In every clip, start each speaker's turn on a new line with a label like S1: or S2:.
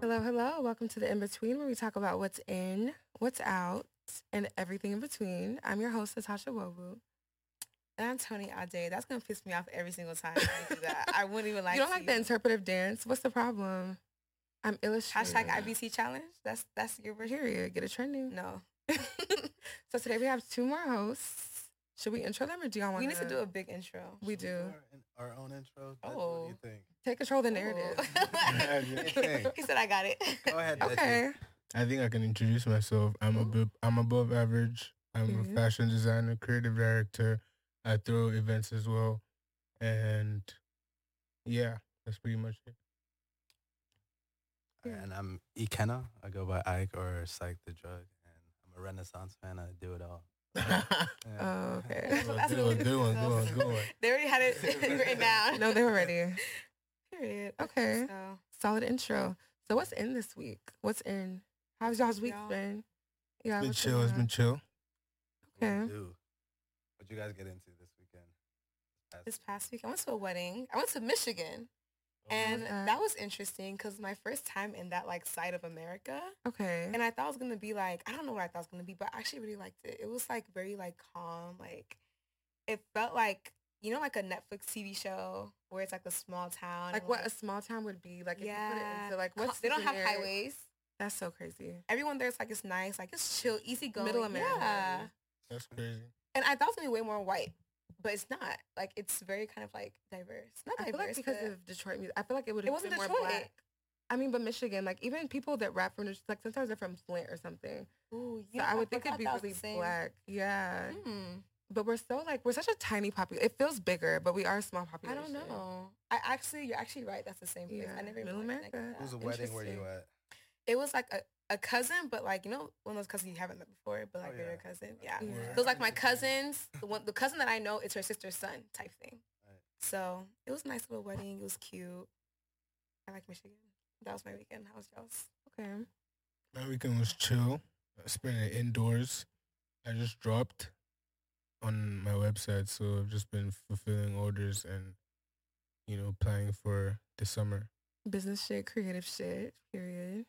S1: hello. Welcome to the In Between, where we talk about what's in, what's out, and everything in between. I'm your host, Natasha Wobu. And I'm Tony Ade. That's going to piss me off every single time I do that. I wouldn't even like
S2: you don't
S1: to.
S2: like the interpretive dance. What's the problem? I'm illustrating.
S1: Hashtag IBC challenge. That's that's your version.
S2: Period. Get it trending.
S1: No.
S2: so today we have two more hosts. Should we intro them or do y'all want?
S1: We need to do a big intro.
S2: We
S3: Should do
S2: do.
S3: our, in- our own intro. That's What do you
S1: Oh.
S3: think?
S2: Take control of the
S1: Oh.
S2: narrative.
S3: Okay.
S1: he said, I got it.
S3: Go ahead. Desi.
S2: Okay.
S4: I think I can introduce myself. I'm above, I'm above average. I'm
S2: Mhm.
S4: a fashion designer, creative director. I throw events as well, and yeah, that's pretty much it.
S3: And I'm Ikenna. I go by Ike or Psych the Drug. And I'm a Renaissance fan. I do it all. Yeah.
S2: Oh, okay.
S1: That's what-
S4: Oh,
S1: that's
S4: good
S1: what
S4: one,
S1: we
S4: good one,
S1: do.
S4: good one, good one.
S1: They already had it written down.
S2: No, they were ready.
S1: Period.
S2: Okay.
S1: So,
S2: Solid intro. So what's in this week? What's in? How's y'all's week
S1: Y'all-
S2: been? Yeah.
S4: Been
S2: what's
S4: chill, it's
S2: going
S4: been chill.
S3: What
S2: Okay.
S3: you do? What you guys get into this weekend?
S1: this past week, I went to a wedding. I went to Michigan.
S3: Oh,
S1: And
S2: was that?
S1: that was interesting because my first time in that like side of America.
S2: on? Okay.
S1: And I thought it was gonna be like I don't know what I thought it was gonna be, but I actually really liked it. It was like very like calm, like it felt like you know like a Netflix TV show where it's like a small town.
S2: like
S1: and,
S2: what a small town would be. Like if you put it
S1: Yeah.
S2: into like
S1: cal-
S2: what's
S1: they don't have
S2: generic-
S1: highways.
S2: That's so crazy.
S1: Everyone there's like it's nice, like it's chill, easy going.
S2: Middle America.
S1: Yeah.
S4: That's crazy.
S1: And I thought it was gonna be way more white, but it's not. Like it's very kind of like diverse. Not
S2: I
S1: diverse.
S2: feel like because
S1: but-
S2: of Detroit music, I feel like it would
S1: It
S2: have
S1: wasn't
S2: been more
S1: Detroit.
S2: black. I mean, but Michigan, like even people that rap from Detroit, like sometimes they're from Flint or something.
S1: Ooh, you
S2: So
S1: know,
S2: I would think
S1: forgot
S2: it'd be
S1: that was the
S2: really
S1: same.
S2: black. Yeah,
S1: Mm.
S2: but we're so like we're such a tiny population. It feels bigger, but we are a small
S1: I
S2: population.
S1: don't know. I actually, you're actually right. That's the same place.
S2: Yeah,
S1: I never even
S2: Middle
S1: really connected
S2: America.
S1: that.
S3: Who's a wedding? Where you
S2: interesting.
S3: at?
S1: It was like a, a cousin, but like you know, one of those cousins you haven't met before, but
S3: Oh,
S1: like they're your
S3: yeah.
S1: cousin. Yeah.
S2: Yeah.
S1: It was like my cousins. The one, the cousin that I know, it's her sister's son type thing.
S3: Right.
S1: So it was a nice little wedding. It was cute. I like Michigan. That was my weekend. How was yours?
S2: Okay,
S4: My weekend was chill. I spent it indoors. I just dropped on my website, so I've just been fulfilling orders and you know applying for the summer.
S2: business shit, creative shit. Period.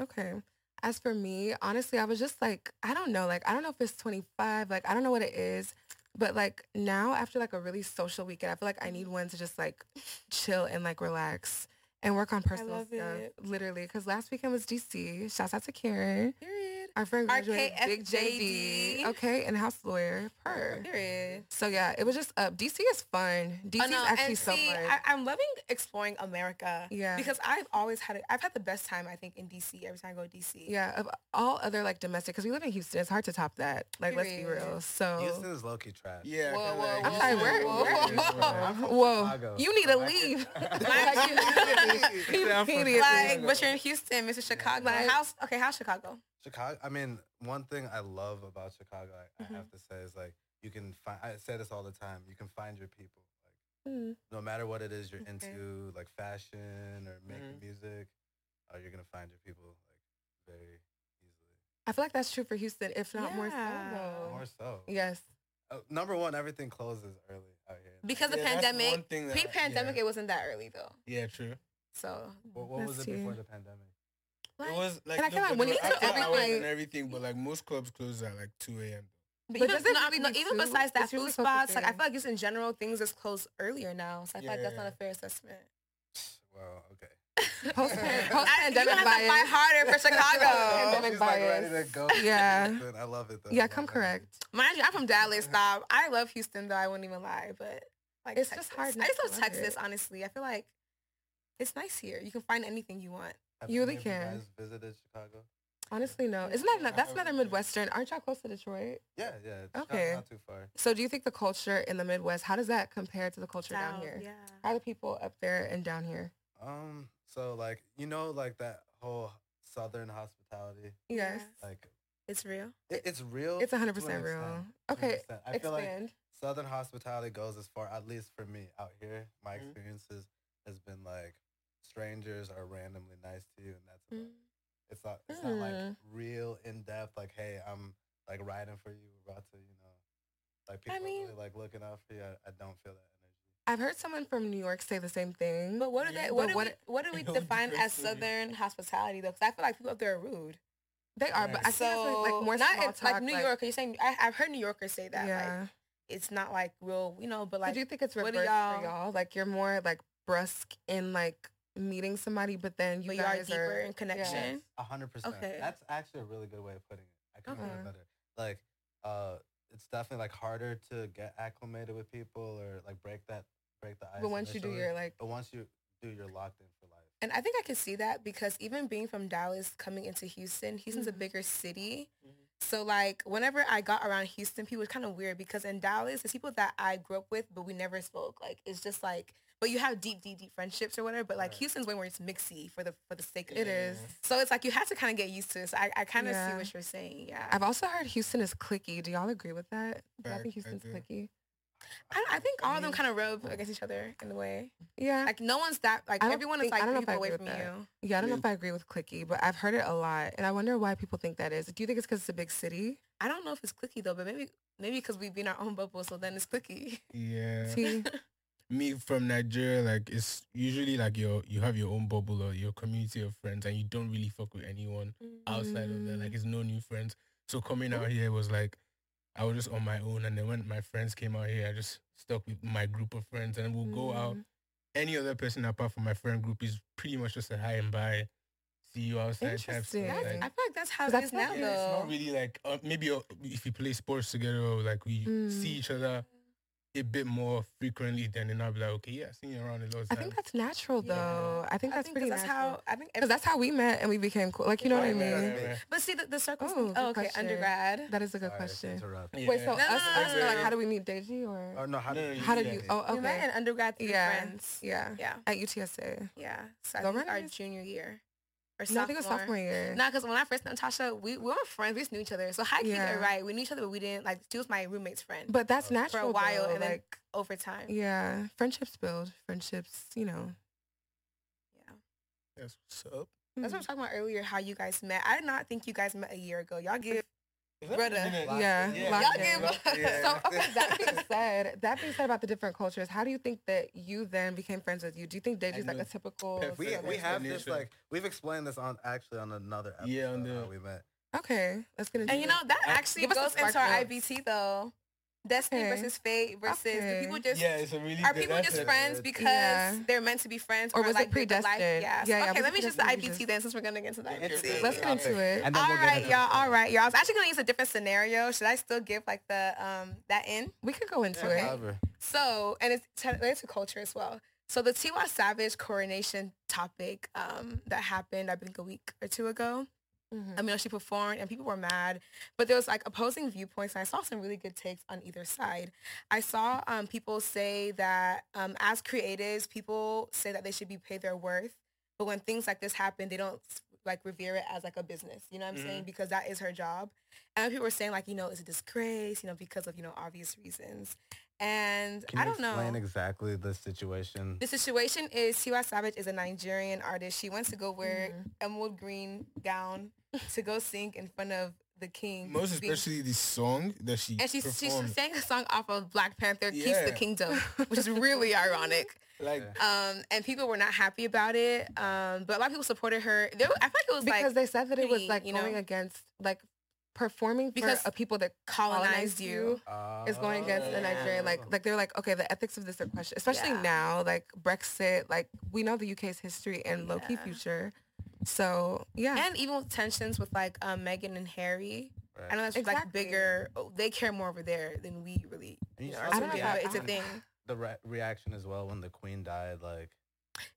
S2: Okay. As for me, honestly, I was just like, I don't know, like I don't know if it's 25, like I don't know what it is, but like now after like a really social weekend, I feel like I need one to just like chill and like relax and work on personal
S1: love
S2: stuff.
S1: it.
S2: Literally, because last weekend was DC. Shouts out to Karen,
S1: Period.
S2: our friend graduated, Big
S1: RKFJD.
S2: JD, okay, and house lawyer, her.
S1: Period.
S2: So yeah, it was just up. DC is fun. DC
S1: Oh, no,
S2: is actually
S1: and
S2: so
S1: see,
S2: fun.
S1: I, I'm loving exploring America.
S2: yeah,
S1: Because I've always had it. I've had the best time I think in DC every time I go to DC.
S2: yeah, of all other like domestic, because we live in Houston, it's hard to top that. Like, let's be
S1: Period.
S2: real. So
S3: Houston's low key trash.
S4: Yeah.
S1: Whoa, kinda like-
S2: I'm sorry, where?
S1: Whoa,
S2: where-
S1: whoa,
S2: Whoa,
S3: Chicago,
S2: you need to
S3: so I can-
S2: leave.
S1: Like,
S3: you-
S2: Immediately.
S1: Like, but you're in Houston, Mr. Chicago.
S2: Like-
S1: how's okay? How's Chicago?
S3: Chicago. I mean, one thing I love about Chicago, I,
S2: Mm-hmm.
S1: Mhm.
S3: I have to say, is like you can find. I say this all the time. You can find your people. Like
S2: Mm.
S3: no matter what it is you're
S1: Okay.
S3: into, like fashion or making
S2: Mm-hmm.
S4: Mhm.
S3: music, uh, you're gonna find your people like very easily.
S2: I feel like that's true for Houston, if not more so.
S1: Yeah.
S2: though.
S3: More so.
S2: Yes.
S3: Uh, number one, everything closes early out here. Like,
S1: Because the
S4: Yeah, that's
S1: pandemic-
S4: one thing that-
S1: Pre-pandemic,
S4: yeah.
S1: it wasn't that early though.
S4: Yeah, true.
S1: So
S3: what, what was
S2: that's
S3: it before
S2: true.
S3: the pandemic?
S4: It was like
S2: and I feel like when you
S4: I
S2: took
S4: thought I was
S2: everything-
S4: and everything, but like most clubs close at like two a.m.
S2: But
S1: But, even,
S2: does it
S1: no,
S2: really
S1: no,
S2: be
S1: even
S2: food?
S1: besides that,
S2: It's usually
S1: food spots, like I
S2: focusing.
S1: feel like just in general, things just close earlier now. So I feel like that's not a
S4: Yeah.
S1: fair assessment.
S3: Wow. Okay.
S2: Post
S1: I, you're
S2: pandemic
S1: gonna have to fight
S2: bias.
S1: harder for Chicago.
S2: Pandemic
S3: She's like ready
S2: bias.
S3: to go.
S2: Yeah.
S3: Houston. I love it though.
S2: Yeah,
S3: I
S2: come
S3: love it.
S2: correct.
S1: Mind you, I'm from Dallas, stop. I love Houston though. I wouldn't even lie, but like
S2: It's just
S1: Texas.
S2: hard
S1: I
S2: not
S1: just
S2: to
S1: love
S2: love
S1: Texas.
S2: it.
S1: Honestly, I feel like it's nice here. You can find anything you want.
S3: Have
S2: You
S3: any
S2: really
S3: of
S2: can.
S3: guys visited Chicago?
S2: Honestly, no. Isn't that not,
S4: I
S2: that's
S4: would
S2: another
S4: say-
S2: Midwestern? Aren't y'all close to Detroit?
S3: Yeah, yeah. Chicago's
S2: Okay.
S3: Not too far.
S2: So do you think the culture in the Midwest? How does that compare to the culture down
S1: South,
S2: here?
S1: Yeah.
S2: How do people up there and down here?
S3: Um, so like you know, like that whole southern hospitality,
S2: Yes,
S3: like
S1: It's real.
S3: it, it's real.
S2: it's
S3: to an
S2: hundred percent
S3: extent,
S2: real.
S3: to an
S2: Okay,
S3: extent. I feel like
S2: expand.
S3: southern hospitality goes as far, at least for me out here. My
S4: Mhm.
S3: experiences has been like strangers are randomly nice to you, and that's about it.
S1: Mm.
S3: it's not it's not like
S2: Mm.
S3: real in depth. Like hey, I'm like riding for you, we're about to you know, like
S1: I
S3: people are
S1: mean-
S3: really like looking out for you. I, I don't feel that energy.
S2: I've heard someone from New York say the same thing.
S1: But what do
S4: Yeah.
S1: they? What
S2: But
S1: do
S2: what-
S1: we? What do we
S4: It all
S1: define as
S4: depends on you.
S1: Southern hospitality though? Because I feel like people up there are rude.
S2: They are, but I
S1: so
S2: think it's like, like more
S1: not
S2: small
S1: in,
S2: talk,
S1: like New York. You're saying I, I've heard New Yorkers say that.
S2: yeah.
S1: Like, it's not like real, you know. But
S2: I
S1: like,
S2: do you think it's
S1: what
S2: reversed
S1: do
S2: for
S1: y'all-
S2: y'all? Like you're more like brusque in like meeting somebody, but then you
S1: but you are
S2: guys
S1: deeper
S2: are
S1: in connection.
S3: Yes, A hundred percent.
S1: Okay.
S3: That's actually a really good way of putting it. I couldn't put
S2: Okay.
S3: it better. Like, uh, it's definitely like harder to get acclimated with people or like break that break the ice.
S2: But once you do
S3: initially.
S2: your like,
S3: but once you do, you're locked in for life.
S1: And I think I can see that because even being from Dallas, coming into Houston, Houston's a
S2: Mhm.
S1: bigger city.
S4: Mhm.
S1: So like whenever I got around Houston, people was kind of weird because in Dallas, it's people that I grew up with, but we never spoke. Like it's just like, but you have deep, deep, deep friendships or whatever. But like
S3: Right.
S1: Houston's way more it's mixy for the for the sake of
S2: it
S1: it.
S2: is.
S1: So it's like you have to kind of get used to it. So I, I kind of
S2: Yeah.
S1: see what you're saying. Yeah.
S2: I've also heard Houston is clicky. Do y'all agree with that? Do y'all
S4: Fact,
S2: think
S4: I
S2: Houston's
S4: do.
S2: clicky?
S1: I, I think all of them
S4: Mhm.
S1: kind of rub against each other in a way.
S2: Yeah.
S1: Like no one's that like
S2: I don't
S1: everyone is
S2: think- I
S1: like
S2: don't know
S1: three
S2: if I
S1: people away
S2: agree
S1: from
S2: with that.
S1: you.
S2: Yeah, I don't know
S4: Yeah.
S2: if I agree with clicky, but I've heard it a lot, and I wonder why people think that is. Do you think it's because it's a big city?
S1: I don't know if it's clicky though, but maybe maybe because we've been our own bubble, so then it's clicky.
S4: Yeah.
S2: T,
S4: Me from Nigeria, like it's usually like your you have your own bubble or your community of friends, and you don't really fuck with anyone outside of that.
S2: Mm. Oh.
S4: Like it's no new friends. So coming out here was like I was just on my own, and then when my friends came out here, I just stuck with my group of friends, and we'll go out.
S2: Mm.
S4: Any other person apart from my friend group is pretty much just a hi and bye, see you outside type stuff.
S2: Interesting.
S1: That's, I feel
S4: Like,
S1: like that's how
S2: 'Cause
S1: it
S2: I
S1: is
S2: feel like
S1: now,
S4: yeah, it's
S1: though.
S4: not really like uh, maybe uh, if you play sports together, or like we see
S2: Mm.
S4: each other a bit more frequently, then and I'll be like, okay, yeah, I've seen you around a lot.
S2: I think that's natural,
S1: Yeah.
S2: though. I think
S1: I
S2: that's
S1: think 'cause
S2: pretty
S1: that's
S2: natural.
S1: how I think.
S2: Because
S1: Every,
S2: that's how we met and we became cool. Like, you know what I
S4: Right,
S2: mean?
S4: right, right,
S3: mean?
S4: right.
S1: but see, the, the circles.
S2: Oh,
S1: Oh,
S2: good
S1: okay.
S2: question.
S1: Undergrad.
S2: That is a good
S3: Sorry to
S2: question.
S3: interrupt.
S4: Yeah.
S2: Wait, so
S1: No, no,
S2: us,
S1: no,
S2: us
S1: no,
S2: were like,
S1: no.
S2: how do we meet Deji or
S3: Or no, how
S4: No,
S3: did
S4: no,
S3: you
S4: you
S2: how did
S4: yeah,
S2: you?
S4: yeah.
S2: Oh,
S1: We met
S2: okay,
S1: in undergrad through
S2: Yeah.
S1: friends.
S2: yeah,
S1: Yeah.
S2: at UTSA.
S1: Yeah. So I
S2: Go
S1: think our
S2: Runners.
S1: junior year or sophomore.
S2: No, I think it was sophomore year.
S1: Nah, because when I first met Natasha, we, we weren't friends. We just knew each other. So high key,
S2: Yeah.
S1: you're right. We knew each other, but we didn't like. She was my roommate's friend
S2: But that's
S3: For a
S1: for
S2: natural
S1: a while,
S2: though,
S1: and then
S2: like,
S1: over time. Yeah.
S2: yeah, friendships build. Friendships, you know.
S4: that's what's up.
S2: Hmm.
S1: That's what I was talking about earlier. How you guys met? I did not think you guys met a year ago. Y'all give
S4: Is that
S1: Brother.
S4: the minute?
S3: Locked
S2: yeah,
S3: in. Yeah.
S2: locked
S1: Y'all
S2: in.
S1: give up.
S2: So
S4: Yeah.
S2: okay, that being said, that being said about the different cultures, how do you think that you then became friends with you? Do you think Deji's like
S4: know.
S2: a typical?
S4: Perfect.
S3: We,
S4: That's
S3: we
S4: an
S3: have this
S4: explanation.
S3: like we've explained this on actually on another episode
S4: Yeah, on the-
S3: how we met.
S2: Okay, let's get into.
S1: And you know,
S2: it.
S1: that
S4: Uh,
S1: actually
S2: give us some
S1: goes into
S2: spark
S1: our
S2: notes.
S1: IBT though. Destiny
S2: Okay.
S1: versus fate versus
S2: Okay.
S1: do people just
S4: yeah, it's a really
S1: are
S4: good-
S1: people
S4: that's
S1: just
S4: a-
S1: friends because
S2: Yeah.
S1: they're meant to be friends
S2: Or was it
S1: like, they're the life-
S2: predestined?
S1: Yeah.
S2: Yeah, yeah, was
S1: okay,
S2: it
S1: let me just the
S2: predestined or
S1: IBT
S2: just-
S1: then since we're gonna get into the
S4: Yeah, it's
S1: IBT.
S4: a-
S2: Let's get
S4: topic.
S2: into it.
S3: And then
S1: all
S3: we'll get
S1: right,
S3: into
S1: y'all.
S3: the-
S1: All right, y'all. I was actually gonna use a different scenario. Should I still give like the um that in?
S2: We could go into
S3: Yeah,
S2: it.
S3: however.
S1: So and it's t- related to culture as well. So the Tiwa Savage coronation topic um that happened I think a week or two ago.
S2: Mhm.
S1: I mean, she performed and people were mad, but there was like opposing viewpoints. And I saw some really good takes on either side. I saw um, people say that um, as creatives, people say that they should be paid their worth. But when things like this happen, they don't like revere it as like a business. You know what I'm
S4: Mhm.
S1: saying? Because that is her job. And people were saying like, you know, it's a disgrace, you know, because of, you know, obvious reasons. And
S3: Can you
S1: I don't know.
S3: explain exactly the situation?
S1: The situation is Tiwa Savage is a Nigerian artist. She wants to go wear
S2: Mhm.
S1: emerald green gown to go sing in front of the king.
S4: Most
S1: being-
S4: especially the song that she
S1: and she she
S4: performed.
S1: sang a song off of Black Panther, "Keeps the
S4: Yeah.
S1: Kingdom," which is really ironic.
S4: like
S3: Yeah.
S1: Um, and people were not happy about it. Um, but a lot of people supported her. There, were- I feel like it was
S2: because
S1: like
S2: they said that it was
S1: pretty,
S2: like
S1: you
S2: going
S1: know?
S2: against like performing
S1: Because
S2: for a people that
S1: colonized you.
S2: is going against the
S4: Oh.
S2: Nigerian like like they're like okay the ethics of this are question especially
S1: Yeah.
S2: now like Brexit like we know the UK's history and low key
S1: Yeah.
S2: future so yeah
S1: and even with tensions with like um, Meghan and Harry.
S3: Right.
S1: I know that's like
S2: Exactly.
S1: bigger. oh, They care more over there than we really. You
S3: And you
S1: know,
S3: saw
S1: are
S3: the
S2: I don't know
S1: supposed to,
S2: about
S1: but it's a
S2: that.
S1: thing.
S3: the re- reaction as well when the queen died like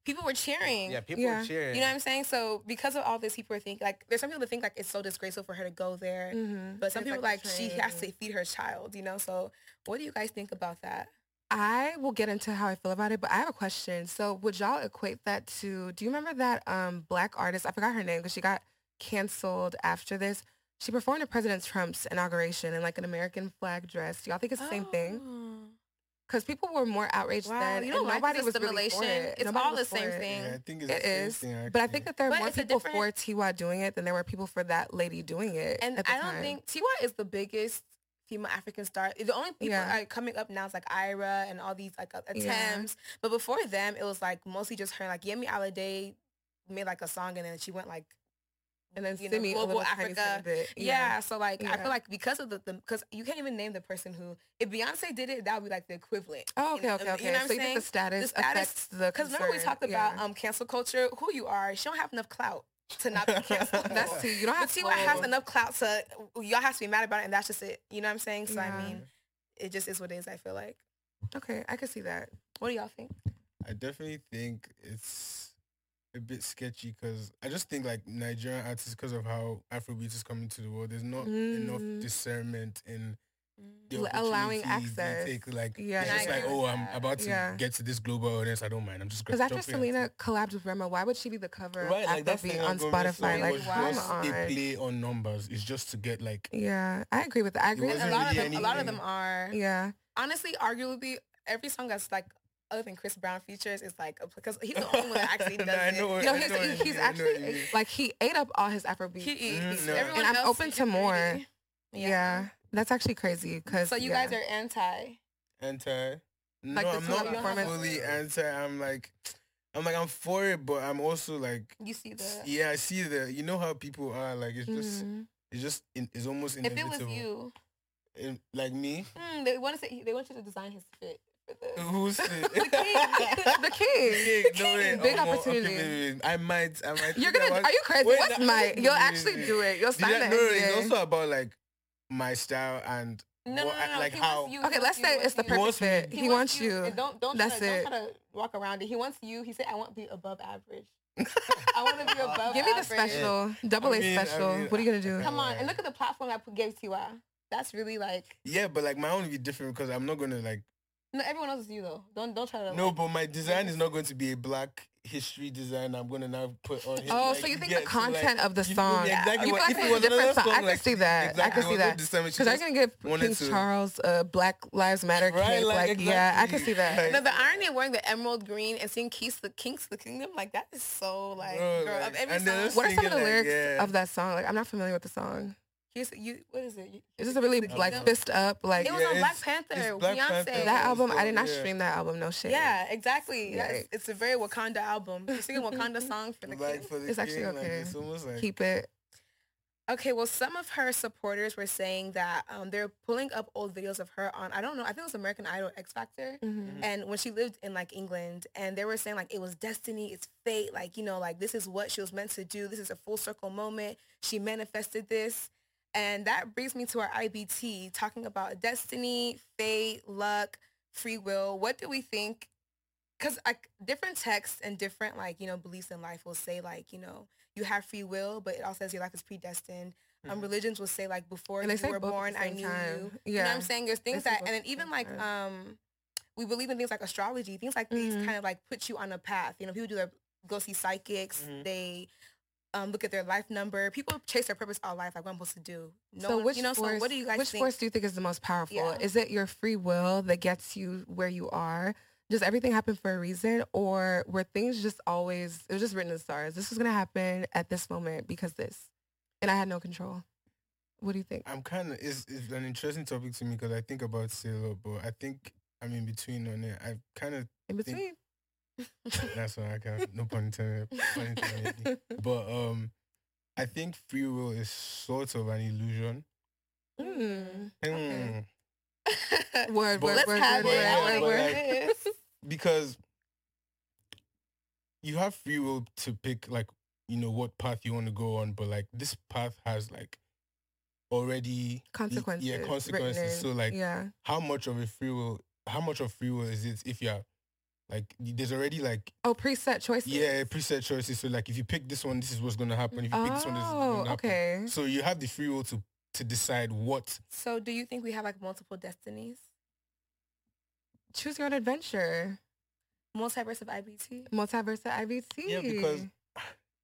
S1: People were cheering.
S3: yeah people
S2: Yeah.
S3: were cheering
S1: You know what I'm saying? So because of all this, people think like there's some people that think like it's so disgraceful for her to go there,
S2: Mhm.
S1: but some
S2: It's,
S1: people like, she has
S2: betrayal.
S1: to feed her child. You know, so what do you guys think about that?
S2: I will get into how I feel about it but I have a question so would y'all equate that to do you remember that um black artist I forgot her name because she got canceled after this she performed at President Trump's inauguration in like an American flag dress do y'all think it's the same thing because people were more outraged
S1: Wow,
S2: then
S1: you
S2: and
S1: don't like
S2: nobody
S1: the
S2: was really for
S1: stimulation.
S2: it.
S1: It's
S2: Nobody
S1: all
S2: was
S1: the
S2: for
S1: same
S2: it.
S1: thing.
S4: yeah, I think it's
S2: It
S4: the same
S2: is,
S4: thing,
S2: But I
S4: actually.
S2: think that there are
S1: But
S2: more
S1: it's a
S2: people for
S1: different-
S2: Tiwa doing it than there were people for that lady doing it.
S1: And
S2: at the
S1: I don't
S2: time.
S1: think Tiwa is the biggest female African stars. The only people
S2: Yeah.
S1: are coming up now is like Ira and all these like uh, attempts. But before them, it was like mostly just her. Like Yemi Alade made like a song and then she went like
S2: and then
S1: you know,
S2: send me a
S1: global
S2: little tiny
S1: Africa.
S2: snippet.
S1: yeah. So like I
S2: Yeah.
S1: feel like because of the because you can't even name the person who if Beyonce did it that would be like the equivalent.
S2: Oh,
S1: You
S2: okay,
S1: know-
S2: okay, okay.
S1: You know what I'm
S2: so you
S1: saying?
S2: think the status,
S1: The status-
S2: affects the
S1: Because remember we
S2: concern.
S1: talked about
S2: Yeah.
S1: um cancel culture, who you are. She don't have enough clout to not be canceled.
S2: that's too. You don't
S1: um, But
S2: have
S1: T.Y. has
S2: to-
S1: enough clout to y'all have to be mad about it, and that's just it. You know what I'm saying? So
S2: Yeah.
S1: I mean, it just is what it is. I feel like.
S2: Okay, I can see that.
S1: What do y'all think?
S4: I definitely think it's a bit sketchy because I just think like Nigerian artists, because of how Afrobeat is coming to the world, there's not
S2: Mm.
S4: enough discernment in the
S2: L- allowing
S4: opportunities they
S2: access.
S4: Take. Like,
S2: Yeah,
S4: it's
S2: yeah,
S4: just
S2: yeah.
S4: like, oh, I'm about to
S2: Yeah.
S4: get to this global audience. I don't mind. I'm just
S2: Because
S4: gonna
S2: after
S4: jump in.
S2: Selena collabed with Rema, why would she be the cover
S4: right,
S2: of
S4: like that's
S2: Afrobeat on Spotify? Like,
S1: was
S2: come
S1: just
S2: on.
S4: They play on numbers. It's just to get like
S2: Yeah, I agree with that. I agree.
S1: A
S4: wasn't
S1: lot of
S4: really
S1: them, a lot of
S4: anything.
S1: them are
S2: Yeah,
S1: honestly, arguably, every song that's like other than Chris Brown features is like because he's the only one that actually does
S4: Nah, I
S1: it.
S4: know what-
S2: no,
S4: I
S2: he's,
S4: know what you
S2: he-
S4: mean,
S2: he's
S4: I know what you
S2: actually
S4: mean.
S2: like he ate up all his Afrobeat.
S1: He, he,
S4: Mm,
S1: he's-
S4: no.
S1: everyone
S2: And I'm
S1: else
S2: open
S1: is
S2: to more.
S1: greedy.
S2: yeah. that's actually crazy. Because
S1: So you guys are anti.
S4: anti. No,
S2: Like the
S4: I'm
S2: two
S4: not
S2: performance-
S4: fully anti. I'm like, I'm like, I'm for it, but I'm also like,
S1: You see the.
S4: yeah, I see the. You know how people are like. It's just,
S2: Mhm.
S4: it's just, in, it's almost
S1: If it
S4: inevitable.
S1: was you,
S4: In- like me,
S1: mm, they want to say they want you to design his fit. for the-
S4: who's the
S2: the king. the king.
S4: King, no way.
S2: Big
S4: Omo, okay,
S2: opportunity.
S4: wait, wait, wait. I might, I might.
S2: You're
S4: think
S2: gonna?
S4: about-
S2: Are you crazy?
S4: Wait,
S2: What's
S4: no,
S2: my?
S4: wait,
S2: You'll
S4: wait,
S2: actually
S4: wait.
S2: do it. You'll
S4: Did
S2: sign
S4: I-
S2: that.
S4: no, it's also about like my style and
S1: No, no,
S4: Well, I-
S1: no, no.
S4: like
S1: he wants
S4: how-
S1: you, he
S2: Okay,
S1: wants
S2: let's
S1: you,
S2: say
S1: he
S2: it's the
S1: wants you.
S2: perfect
S4: wants me.
S2: fit. He, wants you.
S1: and Don't don't try,
S2: That's
S1: to,
S2: it.
S1: don't try to walk around it. He wants you. He said, "I want to be above average. I want to be above."
S2: Give me the
S1: average.
S2: special, double
S4: I mean,
S2: A
S4: I
S2: special.
S4: mean,
S2: what are you gonna do?
S1: Come on, and look at the platform I put- gave Ty. That's really like
S4: yeah, but like my own will be different because I'm not gonna like
S1: no. Everyone else is you though. Don't don't try to.
S4: No,
S1: like-
S4: but my design is not going to be a black history design. I'm going to now put on. him,
S2: Oh,
S4: like,
S2: so you think
S4: yeah,
S2: the
S4: so, like,
S2: content of the
S4: you feel
S2: song?
S4: me? Exactly.
S2: You
S4: what-
S2: feel like
S4: if it
S2: it's a
S4: was
S2: different
S4: another
S2: song.
S4: song,
S2: I can
S4: like,
S2: see that. I
S4: exactly,
S2: can see
S4: it was
S2: that.
S4: just the same, she
S2: Because they're
S4: just-
S2: gonna get
S4: wanted
S2: Prince
S4: to-
S2: Charles uh, Black Lives Matter
S4: Right,
S2: cape. Like,
S4: like,
S2: yeah, I
S4: exactly.
S2: can see that.
S4: Like-
S1: No, the irony of wearing the emerald green and seeing Keys the Kinks the Kingdom like that is so like
S4: Bro,
S1: girl of
S4: like,
S1: every
S4: and then
S1: song.
S4: it's-
S2: what are some of the
S4: singing, like,
S2: lyrics
S4: yeah.
S2: of that song? Like, I'm not familiar with the song.
S1: Keys, you what is it? You-
S2: It's just a really
S1: Kingdom?
S2: like fist up. Like
S1: It was
S4: Yeah,
S1: on Black
S4: it's-
S1: Panther,
S4: it's Black
S1: Beyonce.
S4: Panther.
S2: that album. I did not
S4: Yeah.
S2: stream that album. No shit.
S1: Yeah, exactly.
S2: Yeah.
S1: Yes, it's a very Wakanda album. You're singing Wakanda song for the
S4: Like
S1: kids.
S4: for the
S2: It's actually
S4: king, like,
S2: okay.
S4: it's almost like
S2: keep it.
S1: Okay, well, some of her supporters were saying that um, they're pulling up old videos of her on I don't know. I think it was American Idol X Factor.
S2: Mhm.
S1: and when she lived in like England and they were saying like it was destiny, it's fate, like you know, like this is what she was meant to do. This is a full circle moment. She manifested this. And that brings me to our IBT talking about destiny, fate, luck, free will. What do we think? Cuz like different texts and different like, you know, beliefs in life will say like, you know, you have free will, but it also says your life is predestined. Um, religions will say like before
S2: And they
S1: you
S2: say
S1: were
S2: both at the
S1: born, I
S2: same
S1: knew you.
S2: time.
S1: You know what
S2: Yeah.
S1: I'm saying? There's things
S2: say
S1: that,
S2: both
S1: and then
S2: at the
S1: even
S2: same
S1: like um, we believe in things like astrology. Things like these
S2: Mhm.
S1: kind of like put you on a path. You know, people do their go see psychics.
S4: Mhm.
S1: They um, look at their life number. People chase their purpose all life. Like what I'm supposed to do. No
S2: so
S1: one-
S2: which
S1: you know,
S2: force,
S1: so what do you guys
S2: which
S1: think?
S2: force do you think is the most powerful?
S1: Yeah.
S2: Is it your free will that gets you where you are? Does everything happen for a reason, or were things just always it was just written in the stars? This was gonna happen at this moment because this, and I had no control. What do you think?
S4: I'm kind of it's, it's an interesting topic to me because I think about it a lot, but I think I'm in between on it. I kind of
S2: In
S4: think-
S2: between,
S4: that's why I can't no pun intended. Pun intended. But um, I think free will is sort of an illusion.
S2: Mm. Okay.
S4: Hmm.
S2: word,
S4: But-
S2: word,
S1: Let's
S2: word,
S1: have
S2: word,
S1: it. I
S2: word,
S1: wanna
S4: but
S2: word,
S1: hear
S2: word.
S4: like-
S1: this.
S4: because you have free will to pick like you know what path you want to go on but like this path has like already
S2: consequences.
S4: yeah
S2: written
S4: consequences
S2: in.
S4: so like
S2: yeah,
S4: how much of a free will how much of free will is it if you're like y- there's already like
S2: oh, preset choices.
S4: yeah preset choices so like if you pick this one this is what's going to happen if you pick this one this is what's
S2: Oh,
S4: going to happen
S2: okay.
S4: so you have the free will to to decide what
S1: so do you think we have like multiple destinies?
S2: Choose your own adventure.
S1: Multiverse of IBT.
S2: Multiverse at IBT.
S4: Yeah, because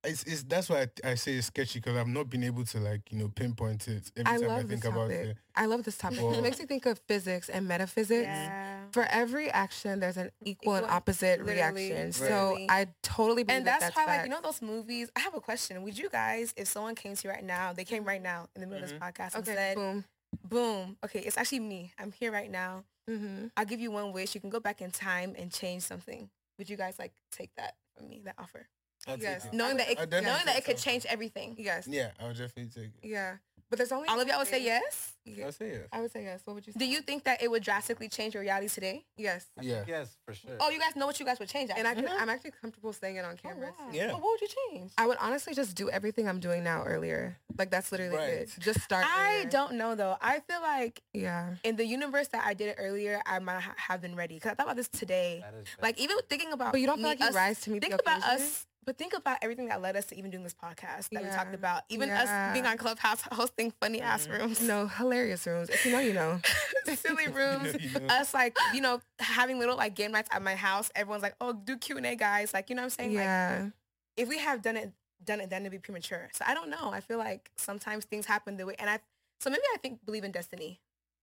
S4: it's, it's that's why I, I say it's sketchy because I've not been able to like you know pinpoint it every
S2: I
S4: time I
S2: love this
S4: think about
S2: topic.
S4: it.
S2: I love this topic. 'cause
S4: Well-
S2: it makes me think of physics and metaphysics.
S1: Yeah.
S2: For every action, there's an equal and
S1: Equal-
S2: opposite
S1: literally,
S2: reaction. So
S1: literally.
S2: I totally believe
S1: And
S2: that
S1: that's,
S2: that's
S1: why,
S2: fact.
S1: like, you know those movies. I have a question. Would you guys, if someone came to you right now, they came right now in the middle of this podcast and
S2: okay,
S1: said,
S2: boom.
S1: Boom. Okay, it's actually me. I'm here right now.
S2: Mm-hmm.
S1: I'll give you one wish. You can go back in time and change something. Would you guys like take that from me? That offer,
S4: I'll
S2: You
S4: take
S2: guys
S4: it.
S1: knowing that it,
S4: I
S1: knowing
S4: definitely
S1: that it
S4: think
S1: could
S4: so.
S1: change everything.
S2: You guys.
S4: Yeah, I would definitely take it.
S2: Yeah. But there's only
S1: All of y'all would say
S2: thing-
S1: yes.
S2: Yeah.
S4: I'll say yes.
S2: I would say yes. What would you say?
S1: Do you think that it would drastically change your reality today?
S2: Yes.
S3: I
S4: Yeah.
S3: think Yes, for sure.
S1: Oh, you guys know what you guys would change. Mm-hmm.
S2: And I can,
S4: Mhm.
S2: I'm actually comfortable saying it on
S1: Oh,
S2: camera.
S1: wow.
S4: Yeah.
S1: Oh, what would you change?
S2: Mm-hmm. I would honestly just do everything I'm doing now earlier. Like that's literally it.
S4: Right.
S2: Just start.
S1: I
S2: earlier.
S1: don't know though. I feel like
S2: Yeah.
S1: in the universe that I did it earlier, I might ha- have been ready. Cause I thought about this today.
S3: That is
S1: Like even thinking about
S2: But you don't feel
S1: me-
S2: like you
S1: us-
S2: rise to meet
S1: Think
S2: the
S1: about
S2: occasion?
S1: us. But think about everything that led us to even doing this podcast that we talked
S2: Yeah.
S1: about. Even us
S2: Yeah.
S1: being on Clubhouse hosting funny ass rooms.
S2: No, hilarious rooms. If you know, you know.
S1: silly rooms.
S4: You know?
S1: us like, you know, having little like game nights at my house. Everyone's like, oh, do Q&A guys. Like, you know what I'm saying? Like,
S2: yeah.
S1: if we have done it done it then it'd be premature so i don't know i feel like sometimes things happen the way and i so maybe i think believe in destiny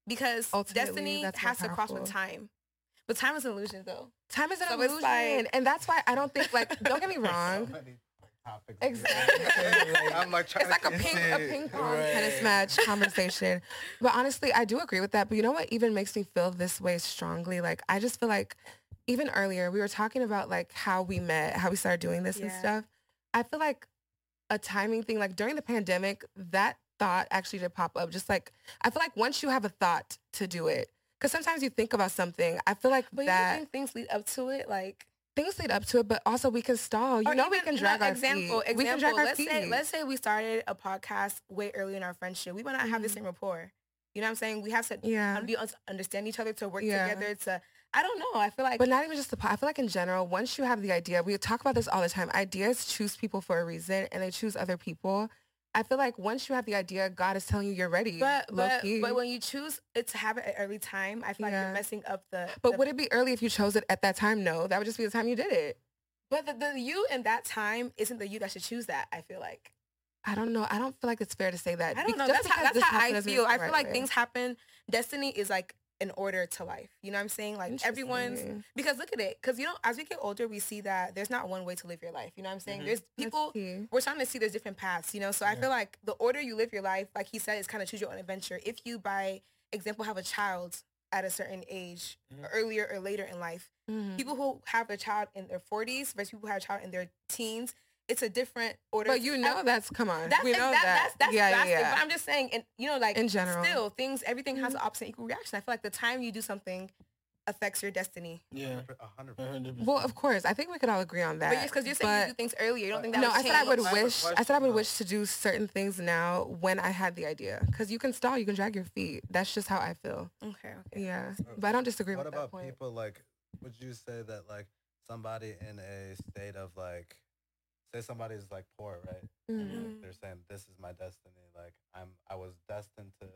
S1: because
S2: Ultimately,
S1: destiny
S2: that's more
S1: has to cross with
S2: powerful.
S1: time but time is an illusion though
S2: Time is an
S1: So it's
S2: illusion,
S1: like-
S2: and that's why I don't think like. Don't get me
S3: So
S2: wrong.
S3: many topics.
S2: Exactly.
S3: Like, I'm like trying
S2: It's like
S3: to
S2: a ping, a
S4: Shit,
S2: ping pong
S4: right.
S2: tennis match conversation. But honestly, I do agree with that. But you know what even makes me feel this way strongly? Like, I just feel like even earlier, we were talking about like how we met, how we started doing this and
S1: Yeah.
S2: stuff. I feel like a timing thing, like during the pandemic, that thought actually did pop up. Just like, I feel like once you have a thought to do it, because sometimes you think about something, I feel like
S1: but
S2: that
S1: you think things lead up to it like
S2: things lead up to it, but also we can stall. You
S1: or
S2: know, we can
S1: even- no,
S2: drag our
S1: example
S2: feet.
S1: example
S2: we can drag our
S1: let's
S2: feet.
S1: say let's say we started a podcast way early in our friendship we might not have the same rapport you know what i'm saying we have to
S2: Mm-hmm. yeah.
S1: be un- understand each other to work
S2: Yeah.
S1: together to i don't know i feel like
S2: But not even just the pot. I feel like in general, once you have the idea, we talk about this all the time. Ideas choose people for a reason, and they choose other people. I feel like once you have the idea, God is telling you you're ready.
S1: But
S2: low
S1: but,
S2: key.
S1: but when you choose it to have it at early time, I feel like
S2: Yeah.
S1: you're messing up the.
S2: But
S1: the-
S2: would it be early if you chose it at that time? No, that would just be the time you did it.
S1: But the, the you in that time isn't the you that should choose that. I feel like
S2: I don't know. I don't feel like it's fair to say that.
S1: I don't
S2: Be-
S1: know.
S2: just
S1: That's how
S2: Uh, because
S1: that's
S2: this
S1: how
S2: happened
S1: I
S2: doesn't mean
S1: feel.
S2: it's
S1: I
S2: the
S1: feel
S2: right
S1: like
S2: way.
S1: things happen. Destiny is like an order to life. You know what I'm saying? Like everyone's
S2: Interesting.
S1: because look at it. Because you know, as we get older, we see that there's not one way to live your life. You know what I'm saying?
S4: Mhm.
S1: There's
S2: Let's
S1: people.
S2: see.
S1: We're starting to see there's different paths, you know. So I
S4: Yeah.
S1: feel like the order you live your life, like he said, is kind of choose your own adventure. If you, by example, have a child at a certain age,
S2: Mm-hmm.
S4: Mhm.
S1: earlier or later in life,
S2: Mhm.
S1: people who have a child in their 40s versus people who have a child in their teens, it's a different order.
S2: But you know
S1: I-
S2: that's come on.
S1: that's
S2: we know that.
S1: That's that's
S2: yeah,
S1: drastic,
S2: yeah, yeah.
S1: But I'm just saying, and you know, like
S2: In general. Mm-hmm.
S1: still things, everything has an opposite and equal reaction. I feel like the time you do something affects your destiny.
S4: Yeah. Uh-huh.
S3: A hundred
S4: a
S3: percent.
S4: hundred
S2: Well, of course. I think we could all agree on that.
S1: But because you're saying
S2: But-
S1: you do things earlier, you don't think that
S2: no,
S1: would
S2: I said I
S1: change?
S2: would
S3: I have a
S2: wish. I said I would
S3: question,
S2: wish to do certain things now when I had the idea, because you can stall, you can drag your feet. That's just how I feel.
S1: Okay, okay.
S2: Yeah,
S3: So
S2: but I don't disagree
S3: What
S2: with that
S3: about
S2: point.
S3: people like? Would you say that like somebody in a state of like, say somebody's like poor, right? And,
S2: Mm-hmm.
S3: like,
S2: Mm.
S1: Mhm.
S3: they're saying this is my destiny. Like I'm, I was destined to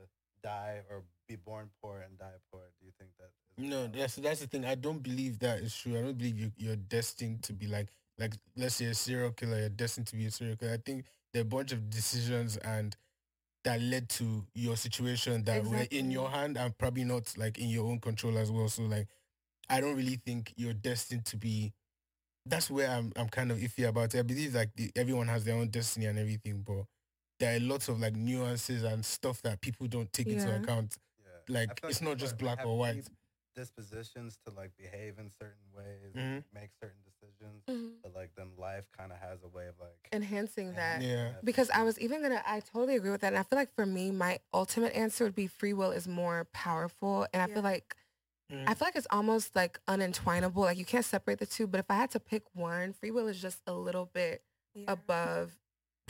S3: die or be born poor and die poor. Do you think that? is
S4: No,
S3: valid?
S4: that's that's the thing. I don't believe that is true. I don't believe you you're destined to be like like let's say a serial killer. You're destined to be a serial killer. I think there are a bunch of decisions and that led to your situation that were in
S2: Exactly.
S4: your hand and probably not like in your own control as well. So like, I don't really think you're destined to be. That's where I'm I'm kind of iffy about it. I believe like the, everyone has their own destiny and everything, but there are lots of like nuances and stuff that people don't take into
S2: Yeah.
S4: account.
S3: Yeah.
S4: like,
S3: I feel
S4: it's not just
S3: people, like,
S4: black
S3: have
S4: or white.
S3: deep Dispositions to like behave in certain ways,
S4: Mhm.
S3: make certain decisions,
S1: Mhm.
S3: but like then life kind of has a way of like
S2: Enhancing that,
S4: Yeah.
S2: because I was even gonna. I totally agree with that, and I feel like for me, my ultimate answer would be free will is more powerful, and I
S1: Yeah.
S2: feel like
S4: Mhm.
S2: I feel like it's almost like unentwinable. Like you can't separate the two. But if I had to pick one, free will is just a little bit
S1: Yeah.
S2: above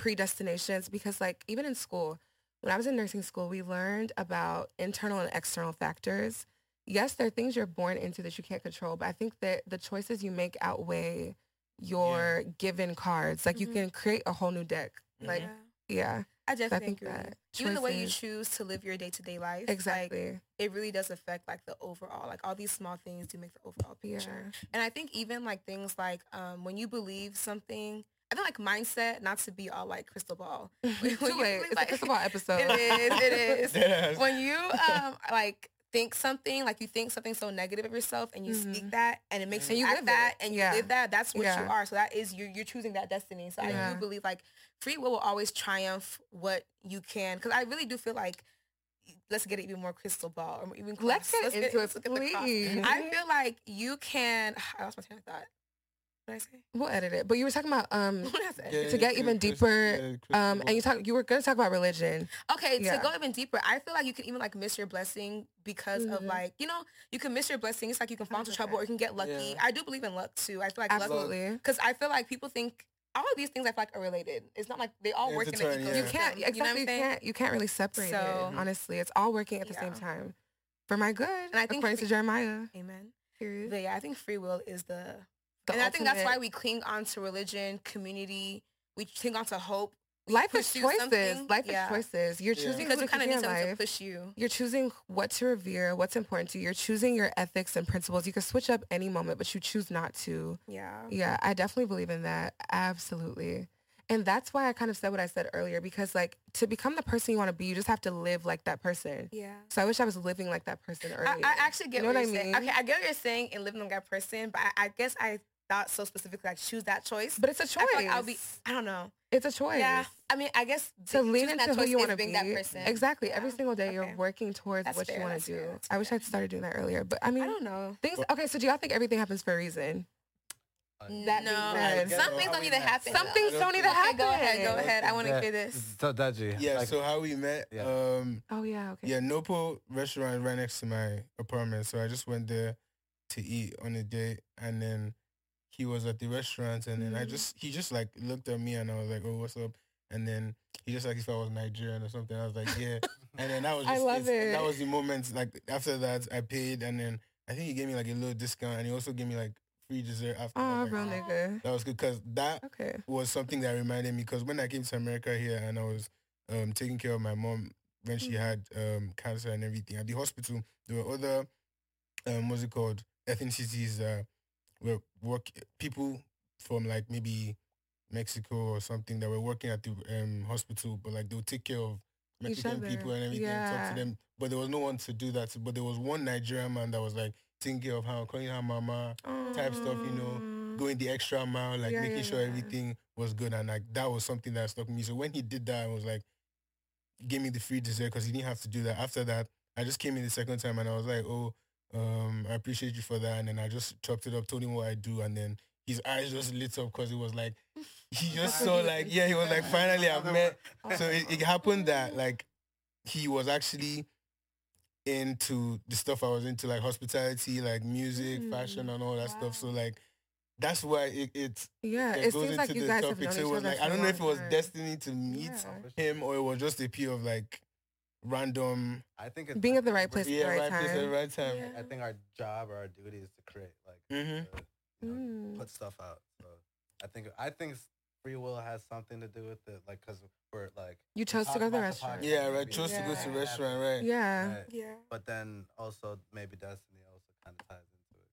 S2: predestinations because like even in school when i was in nursing school we learned about internal and external factors yes there are things you're born into that you can't control but i think that the choices you make outweigh your given cards like
S1: Mhm.
S2: you can create a whole new deck like
S1: Yeah.
S2: yeah
S1: I
S2: so i
S1: definitely
S2: think
S1: agree.
S2: that
S1: Even the way you
S2: choices-
S1: choose to live your day-to-day life, like,
S2: exactly
S1: it really does affect like the overall, like all these small things do make the overall
S2: yeah
S1: picture. And I think even like things like um, when you believe something, I think like mindset, not to be all like crystal ball. When
S2: too late
S1: you really,
S2: it's a
S1: like-
S2: crystal ball episode
S1: It is, it is.
S4: Deadass.
S1: When you um, like think something, like you think something so negative of yourself and you speak
S2: Mhm.
S1: that and it makes
S2: And
S1: you
S2: you
S1: act
S2: live
S1: that
S2: it.
S1: and you
S2: Yeah.
S1: live that, that's what you
S2: Yeah.
S1: are. So that is, you're, you're choosing that destiny. So I
S2: Yeah.
S1: do believe like free will will always triumph what you can. Cause I really do feel like let's get it even more crystal ball or even
S2: Let's
S1: cross.
S2: get into it,
S1: look at the cross.
S2: please.
S1: I feel like you can. I lost my train of thought. What did I say?
S2: We'll edit it. But you were talking about um
S1: What did I say?
S2: to get even deeper, um and you talk you were gonna talk about religion.
S1: Okay,
S2: Yeah.
S1: to go even deeper, I feel like you can even like miss your blessing because of
S2: Mhm.
S1: like you know you can miss your blessing. It's like you can fall into
S2: 100%.
S1: trouble or you can get lucky.
S3: Yeah.
S1: I do believe in luck too. I feel like luck
S2: Absolutely.
S1: because I feel like people think all of these things I feel like are related. It's not like they all work in the
S4: Intertwined,
S1: ecosystem.
S4: yeah.
S2: You can't
S1: You
S2: exactly
S1: know what I'm
S2: you
S1: saying?
S2: can't you can't really separate
S1: So-
S2: it. Honestly, it's all working at the same
S1: Yeah.
S2: time. For my good. And
S1: I think
S2: according
S1: we-
S2: to Jeremiah.
S1: Amen.
S2: Period.
S1: But yeah, I think free will is the,
S2: The
S1: and I think that's
S2: ultimate-
S1: why we cling on to religion, community. We cling on to hope. we
S2: life is
S1: pursue
S2: choices.
S1: something.
S2: Life
S1: Yeah.
S2: is choices. You're
S4: Yeah.
S2: choosing
S1: because
S2: who
S1: you
S2: to
S1: kind of
S2: be
S1: need
S2: in
S1: something to
S2: life.
S1: push you.
S2: You're choosing what to revere, what's important to you. You're choosing your ethics and principles. You can switch up any moment, but you choose not to.
S1: Yeah.
S2: Yeah, I definitely believe in that. Absolutely. And that's why I kind of said what I said earlier because like to become the person you want to be, you just have to live like that person.
S1: Yeah.
S2: So I wish I was living like that person earlier.
S1: I, I actually get
S2: You know
S1: what,
S2: what
S1: you're
S2: I
S1: saying.
S2: mean?
S1: Okay, I get what you're saying in living on that person, but I, I guess I thought so specifically like choose that choice.
S2: but it's a choice.
S1: I feel like I'll be. I don't know.
S2: it's a choice.
S1: Yeah. I mean, I guess
S2: To lean
S1: choosing that
S2: into who
S1: choice
S2: you
S1: is
S2: want to
S1: being
S2: be.
S1: that person.
S2: Exactly.
S1: Yeah.
S2: Every single day
S1: Okay.
S2: you're working towards
S1: That's
S2: what
S1: fair,
S2: you want
S1: that's
S2: to
S1: fair,
S2: do.
S1: that's
S2: I wish
S1: fair.
S2: I'd started doing that earlier. But I
S1: I
S2: mean
S1: don't know.
S2: things okay, so do y'all think everything happens for a reason?
S1: That
S2: That
S1: no,
S2: being said-
S1: something's some things
S3: Are
S1: don't
S3: we
S1: need to
S3: not-
S1: happen.
S2: Some things
S4: I
S2: don't
S4: don't
S2: need to
S1: Okay,
S2: happen.
S1: go ahead. Go ahead. I want to
S3: Yeah.
S1: hear this.
S3: So Deji,
S4: Yeah,
S3: like,
S4: so how we met.
S3: Yeah.
S4: Um,
S2: Oh yeah, okay.
S4: yeah, Nopo restaurant is right next to my apartment, so I just went there to eat on a date, and then he was at the restaurant, and then I
S2: Mhm.
S4: just he just like looked at me, and I was like, "Oh, what's up?" And then he just like if I was Nigerian or something, I was like, "Yeah." And then that was
S2: I
S4: just
S2: love
S4: it's-
S2: it.
S4: That was the moment. Like after that, I paid, and then I think he gave me like a little discount, and he also gave me like free dessert after. I
S2: Oh
S4: was
S2: real
S4: like,
S2: nigga.
S4: That was good because that
S2: Okay.
S4: was something that reminded me because when I came to America here and I was um, taking care of my mom when
S2: Mm.
S4: she had um, cancer and everything at the hospital, there were other um, what's it called ethnicities that were work people from like maybe Mexico or something that were working at the um, hospital, but like they would take care of
S2: Each
S4: Mexican people
S2: other,
S4: and everything, talk
S2: yeah.
S4: to them. But there was no one to do that. to- But there was one Nigerian man that was like taking care of her, calling her mama, type stuff, you know,
S1: Um,
S2: Aw.
S4: going the extra mile,
S2: Mm-hmm.
S4: like
S2: Yeah,
S4: making
S2: yeah,
S4: sure
S2: yeah.
S4: everything was good, and like that was something that stuck with me. So when he did that, I was like, gave me the free dessert because he didn't have to do that. After that, I just came in the second time and I was like, oh, um, I appreciate you for that, and then I just chopped it up, told him what I do, and then his eyes just lit up because it was like he just saw like yeah, he was like finally I've met.
S2: Oh,
S4: So it, it happened that like he was actually into the stuff I was into, like hospitality, like music,
S2: Mm.
S4: fashion, and all that stuff. So like that's why it, it,
S2: Yeah,
S4: it
S2: Uh, it
S4: goes
S2: seems like
S4: into
S2: you
S4: the
S2: guys have
S4: topic.
S2: known
S4: So it
S2: each
S4: was
S2: other
S4: like
S2: for
S4: I
S2: a
S4: don't know if it
S2: long
S4: was
S2: time.
S4: destiny to meet
S2: Yeah.
S4: him or it was just a pure of like random
S3: I think it's
S2: Being at the right place
S4: yeah
S2: right
S4: right place at the
S2: time.
S4: right time.
S2: Yeah.
S3: I think our job or our duty is to create, like,
S4: Mhm.
S3: to, you know,
S2: Mm.
S3: put stuff out. So I think I think s- free will has something to do with it, like, cause we're like
S2: You chose to
S3: talk
S2: go to the
S3: about
S2: restaurant.
S3: podcast.
S4: Yeah, right. Chose to go
S1: Yeah.
S4: to restaurant, right?
S2: Yeah.
S3: right?
S1: Yeah.
S3: But then also maybe destiny also kind of ties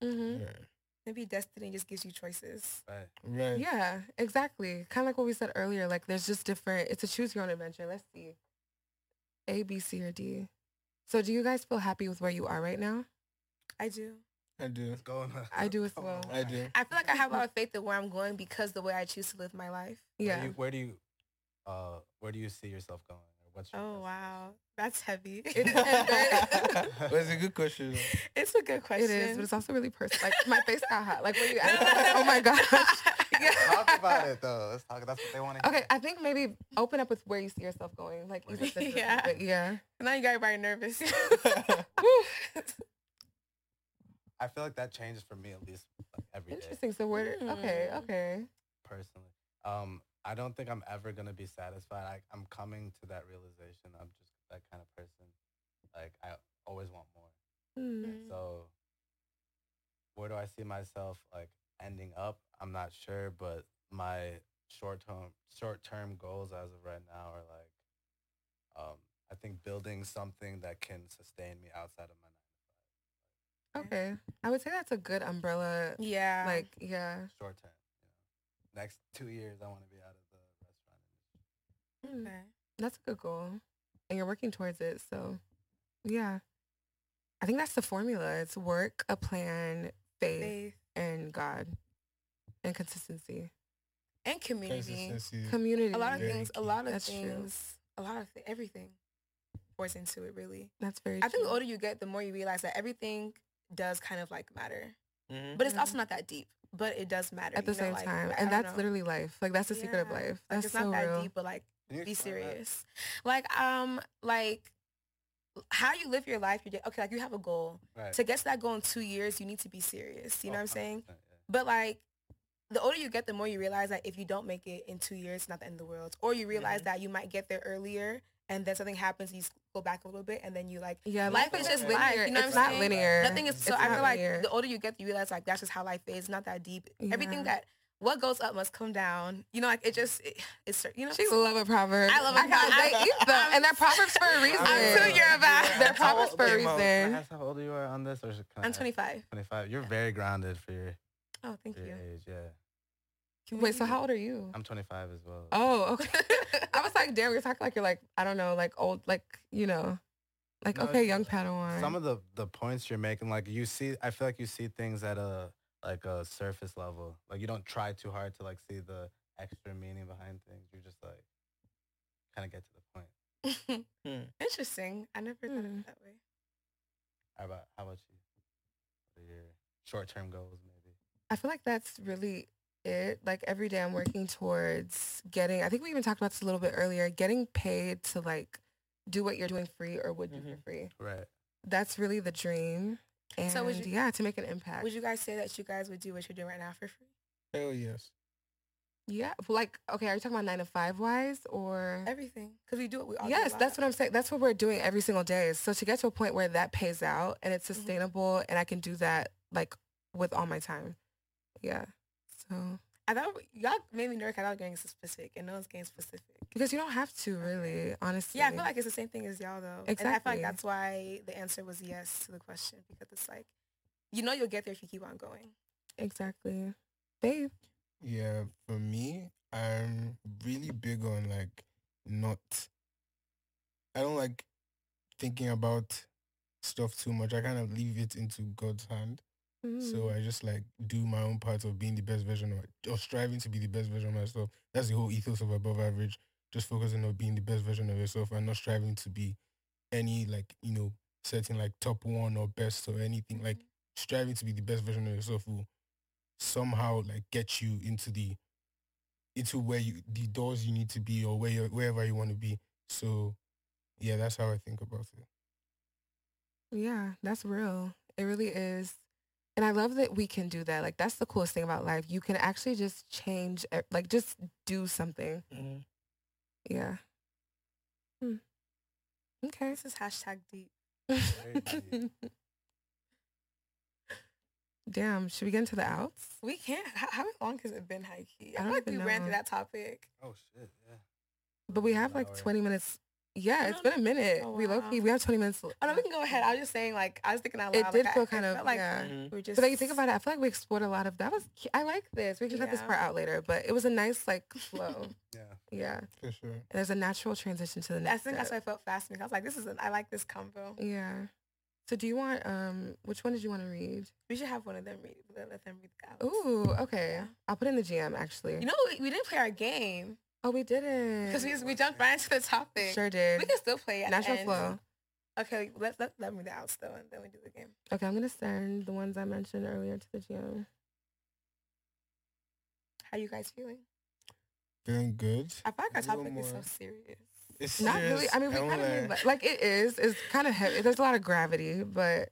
S3: into it,
S2: hmm
S1: Maybe destiny just gives you choices.
S3: right?
S4: Right.
S2: Yeah, exactly. Kind of like what we said earlier. Like, there's just different. It's a choose your own adventure. Let's see, A, B, C, or D. So, do you guys feel happy with where you are right now?
S1: I do.
S4: I do.
S3: It's going.
S2: I do as
S3: going
S2: well.
S3: on.
S4: I do.
S1: I feel like I have a lot of faith in where I'm going because the way I choose to live my life.
S3: Where
S2: Yeah.
S3: do you, where do you, uh, where do you see yourself going? Or what's your
S1: Oh
S3: destination?
S1: wow, that's heavy.
S4: That's a good question.
S1: it's a good question.
S2: It is, but it's also really personal. Like, my face got hot. Like, when you
S1: No,
S2: asked,
S1: no,
S2: that,
S1: no.
S2: oh my gosh.
S3: Talk about it though. Let's talk. That's what they want to.
S2: Okay, I think maybe open up with where you see yourself going. Like, even if it's-
S1: Yeah.
S2: but yeah.
S1: Now you got everybody nervous.
S3: I feel like that changes for me at least like, every day
S2: Interesting. So, where? Okay,
S1: Mm.
S2: okay.
S3: personally. Um, I don't think I'm ever gonna be satisfied. I, I'm coming to that realization. I'm just that kind of person. Like I always want more.
S1: Mm-hmm.
S2: Mm.
S3: So where do I see myself like ending up? I'm not sure, but my short term short term goals as of right now are like um I think building something that can sustain me outside of my
S2: Okay. I would say that's a good umbrella.
S1: yeah.
S2: Like, yeah.
S3: short term, you know. Next two years I wanna be out of the restaurant industry.
S2: Mm. That's a good goal. And you're working towards it. So, yeah. I think that's the formula. It's work, a plan, faith,
S1: Faith
S2: and God, and consistency.
S1: and community.
S4: Consistency.
S2: Community.
S1: A lot of
S4: Very
S1: things. A
S4: key.
S1: lot of
S2: That's true.
S1: things. A lot of th- everything. pours into it really.
S2: That's very.
S1: I think the
S2: true.
S1: older you get, the more you realize that everything does kind of like matter,
S3: Mm-hmm.
S1: but it's also not that deep. But it does
S2: Mm-hmm.
S1: matter
S2: at the
S1: you know,
S2: same
S1: like,
S2: time,
S1: I
S2: and
S1: don't
S2: that's
S1: know.
S2: literally life. Like that's the secret of
S1: Yeah.
S2: life.
S1: Like,
S2: That's
S1: it's
S2: so
S1: not that
S2: real.
S1: deep, but like
S3: Can you
S1: be
S3: explain that?
S1: serious. Like um, like how you live your life. Your day. Okay, like you have a goal.
S3: Right.
S1: To get to that goal in two years, you need to be serious. You know
S3: Oh,
S1: what I'm saying?
S3: 100%, yeah.
S1: But like, the older you get, the more you realize that if you don't make it in two years, it's not the end of the world. Or you
S2: Mm-hmm.
S1: realize that you might get there earlier, and then something happens, you s- go back a little bit, and then you like
S2: Yeah,
S1: Life
S2: is
S1: is
S2: just
S1: just
S2: linear.
S1: life, you know what
S2: it's
S1: I'm
S2: not
S1: saying?
S2: linear.
S1: nothing is. So
S2: It's
S1: I
S2: not
S1: feel like
S2: linear.
S1: the older you get, you realize like that's just how life is. Not that deep.
S2: Yeah.
S1: Everything that what goes up must come down. You know, like it just it, it's cer- you know.
S2: She love a proverb.
S1: I love a
S2: I can't- They
S1: proverb.
S2: eat them, and they're proverbs for a reason.
S1: I'm two year about.
S2: They're
S3: How
S2: proverbs
S3: old-
S2: for a
S3: okay, Mo, Can I
S2: reason.
S3: ask how old you are on this? Or should- can I
S1: I'm
S3: ask?
S1: 25.
S3: 25. You're very grounded for your,
S1: Oh, thank
S3: for
S1: you.
S3: your age. Yeah.
S2: Wait, so how old are you?
S3: I'm 25 as well.
S2: Oh, okay. I was like, damn, you're talking like you're like I don't know, like old, like you know, like
S3: No,
S2: okay,
S3: it's-
S2: young Padawan.
S3: Some of the, the points you're making, like you see, I feel like you see things at a like a surface level. Like you don't try too hard to like see the extra meaning behind things. You're just like kind of get to the point.
S1: Interesting. I never thought of
S2: Hmm.
S1: it that way.
S3: How about how about you? What are your short term goals maybe?
S2: I feel like that's really it. Like every day I'm working towards getting, I think we even talked about this a little bit earlier, getting paid to like do what you're doing free or would do
S1: Mm-hmm.
S2: for free.
S3: Right.
S2: That's really the dream. And
S1: So would you-
S2: yeah, to make an impact.
S1: Would you guys say that you guys would do what you're doing right now for free?
S4: Hell yes.
S2: yeah. Like, okay, are you talking about nine to five wise or?
S1: Everything, because we do it. We all do a
S2: Yes,
S1: lot.
S2: that's what I'm saying. That's what we're doing every single day. So to get to a point where that pays out and it's
S1: Mm-hmm.
S2: sustainable and I can do that like with all my time. Yeah. So
S1: I thought y'all made me nervous. 'cause I was getting specific, and no one's getting specific.
S2: because you don't have to really, honestly.
S1: Yeah, I feel like it's the same thing as y'all though. And I feel
S2: Exactly.
S1: like that's why the answer was yes to the question because it's like, you know, you'll get there if you keep on going.
S2: Exactly. Babe.
S4: Yeah, for me, I'm really big on like not. I don't like thinking about stuff too much. I kind of leave it into God's hand.
S2: Mm-hmm. Mm.
S4: So I just like do my own part of being the best version of, or striving to be the best version of myself. That's the whole ethos of above average. Just focusing on being the best version of yourself and not striving to be any like you know certain like top one or best or anything.
S2: Mm.
S4: Like striving to be the best version of yourself will somehow like get you into the into where you the doors you need to be or where you wherever you want to be. So yeah, that's how I think about it.
S2: Yeah, that's real. It really is. And I love that we can do that. Like that's the coolest thing about life. You can actually just change e- like just do something.
S1: Mm-hmm.
S2: Yeah. Hmm. Okay.
S1: This is hashtag deep.
S3: Very
S2: Damn, should we get into the outs?
S1: We can't. How, how long has it been, high key?
S2: I
S1: I
S2: don't
S1: feel like we
S2: even
S1: ran through
S2: know.
S1: that topic.
S3: Oh shit, yeah.
S2: But we have like
S3: Hour.
S2: 20 minutes. Yeah,
S1: I
S2: it's
S1: don't
S2: been a minute.
S1: Oh,
S2: We low
S1: wow.
S2: key, we have 20 minutes. l-
S1: Oh no, we can go ahead. I was just saying, like, I was thinking out
S2: It
S1: loud.
S2: did
S1: like, I-
S2: feel
S1: I
S2: kind of-
S1: felt like
S2: yeah.
S1: we We're just.
S2: But like you think about it, I feel like we explored a lot of that was cu- I like this. We can cut this
S1: Yeah.
S2: part out later, but it was a nice like flow.
S3: Yeah.
S2: yeah.
S4: For sure.
S2: And there's a natural transition to the
S1: I
S2: next.
S1: think that's
S2: step.
S1: why I felt fascinating. I was like, this is. An, I like this combo.
S2: Yeah. So do you want um which one did you want to read?
S1: We should have one of them read. Let let them read the outs.
S2: Ooh, okay.
S1: Yeah.
S2: I'll put it in the GM actually.
S1: You know, we, we didn't play our game
S2: oh, we didn't.
S1: because we just, we jumped right into the topic.
S2: sure did.
S1: We can still play it.
S2: Natural
S1: and-
S2: flow.
S1: Okay, let, let, let me the outs though, and then we do the game.
S2: Okay, I'm gonna send the ones I mentioned earlier to the GM.
S1: How you guys feeling?
S4: Feeling good.
S1: I feel like our
S4: A little
S1: topic is so
S4: more.
S1: serious.
S4: It's
S2: Not
S4: serious.
S2: really. I mean, we
S4: don't
S2: kind of
S4: lie.
S2: like, like it is. It's kind of heavy. There's a lot of gravity, but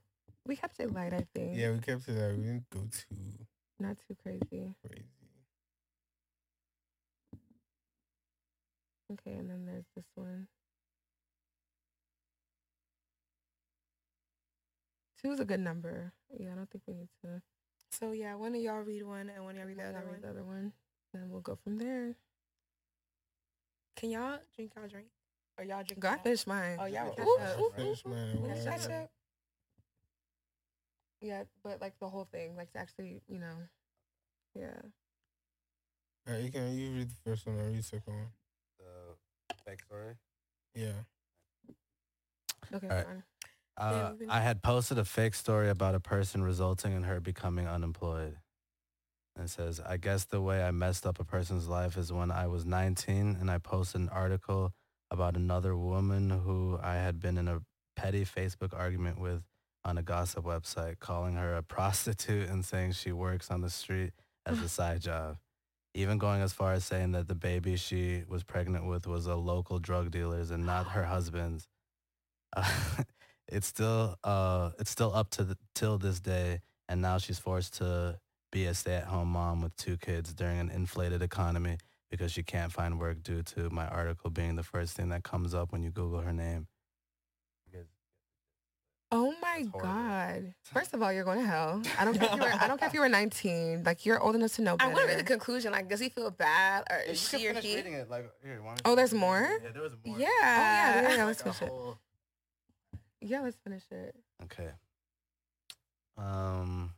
S2: we kept it light. I think.
S4: Yeah, we kept it that. We didn't go too
S2: Not too crazy.
S4: crazy.
S2: Okay, and then there's this one. Two is a good number. Yeah, I don't think we need to.
S1: So yeah, one of y'all read one, and one of y'all read the
S2: I'll
S1: other
S2: read
S1: one.
S2: the other one. Then we'll go from there.
S1: Can y'all drink y'all drink, or y'all drink?
S2: Go, I
S1: y'all-
S2: finished mine.
S1: Oh
S3: Yeah,
S1: y'all.
S3: we
S1: were-
S3: can
S1: Ooh,
S3: catch
S1: ooh,
S3: up,
S1: ooh,
S4: Finish
S1: ooh.
S4: mine.
S1: We
S4: and
S1: can
S4: we'll-
S1: catch up.
S2: Yeah, but like the whole thing, like to actually, you know. Yeah.
S4: Alright, uh, you can you read the first one. I read the second one.
S3: The backstory.
S4: Yeah.
S2: Okay,
S3: All right.
S2: fine.
S3: Uh,
S1: we've been-
S3: I had posted a fake story about a person resulting in her becoming unemployed. And it says, I guess the way I messed up a person's life is when I was 19 and I posted an article about another woman who I had been in a petty Facebook argument with on a gossip website, calling her a prostitute and saying she works on the street as a side job. Even going as far as saying that the baby she was pregnant with was a local drug dealer's and not her husband's. Uh, it's still uh, it's still up to the, till this day, and now she's forced to be a stay-at-home mom with two kids during an inflated economy because she can't find work due to my article being the first thing that comes up when you Google her name.
S2: Oh my
S3: It's horrible.
S2: God! First of all, you're going to hell. I don't care if you were. I don't care if you were 19. Like you're old enough to know
S1: I
S2: better.
S1: want to read the conclusion. Like, does he feel bad or
S3: Yeah, you
S1: is
S3: can
S1: she or
S3: finish
S1: he?
S3: reading it, like, here, why don't
S2: Oh,
S3: you-
S2: there's more?
S3: Yeah, there was more.
S1: Yeah.
S2: Oh yeah, yeah, yeah. Let's
S3: Like a
S2: finish it.
S3: whole-
S2: Yeah, let's finish it.
S3: Okay. Um,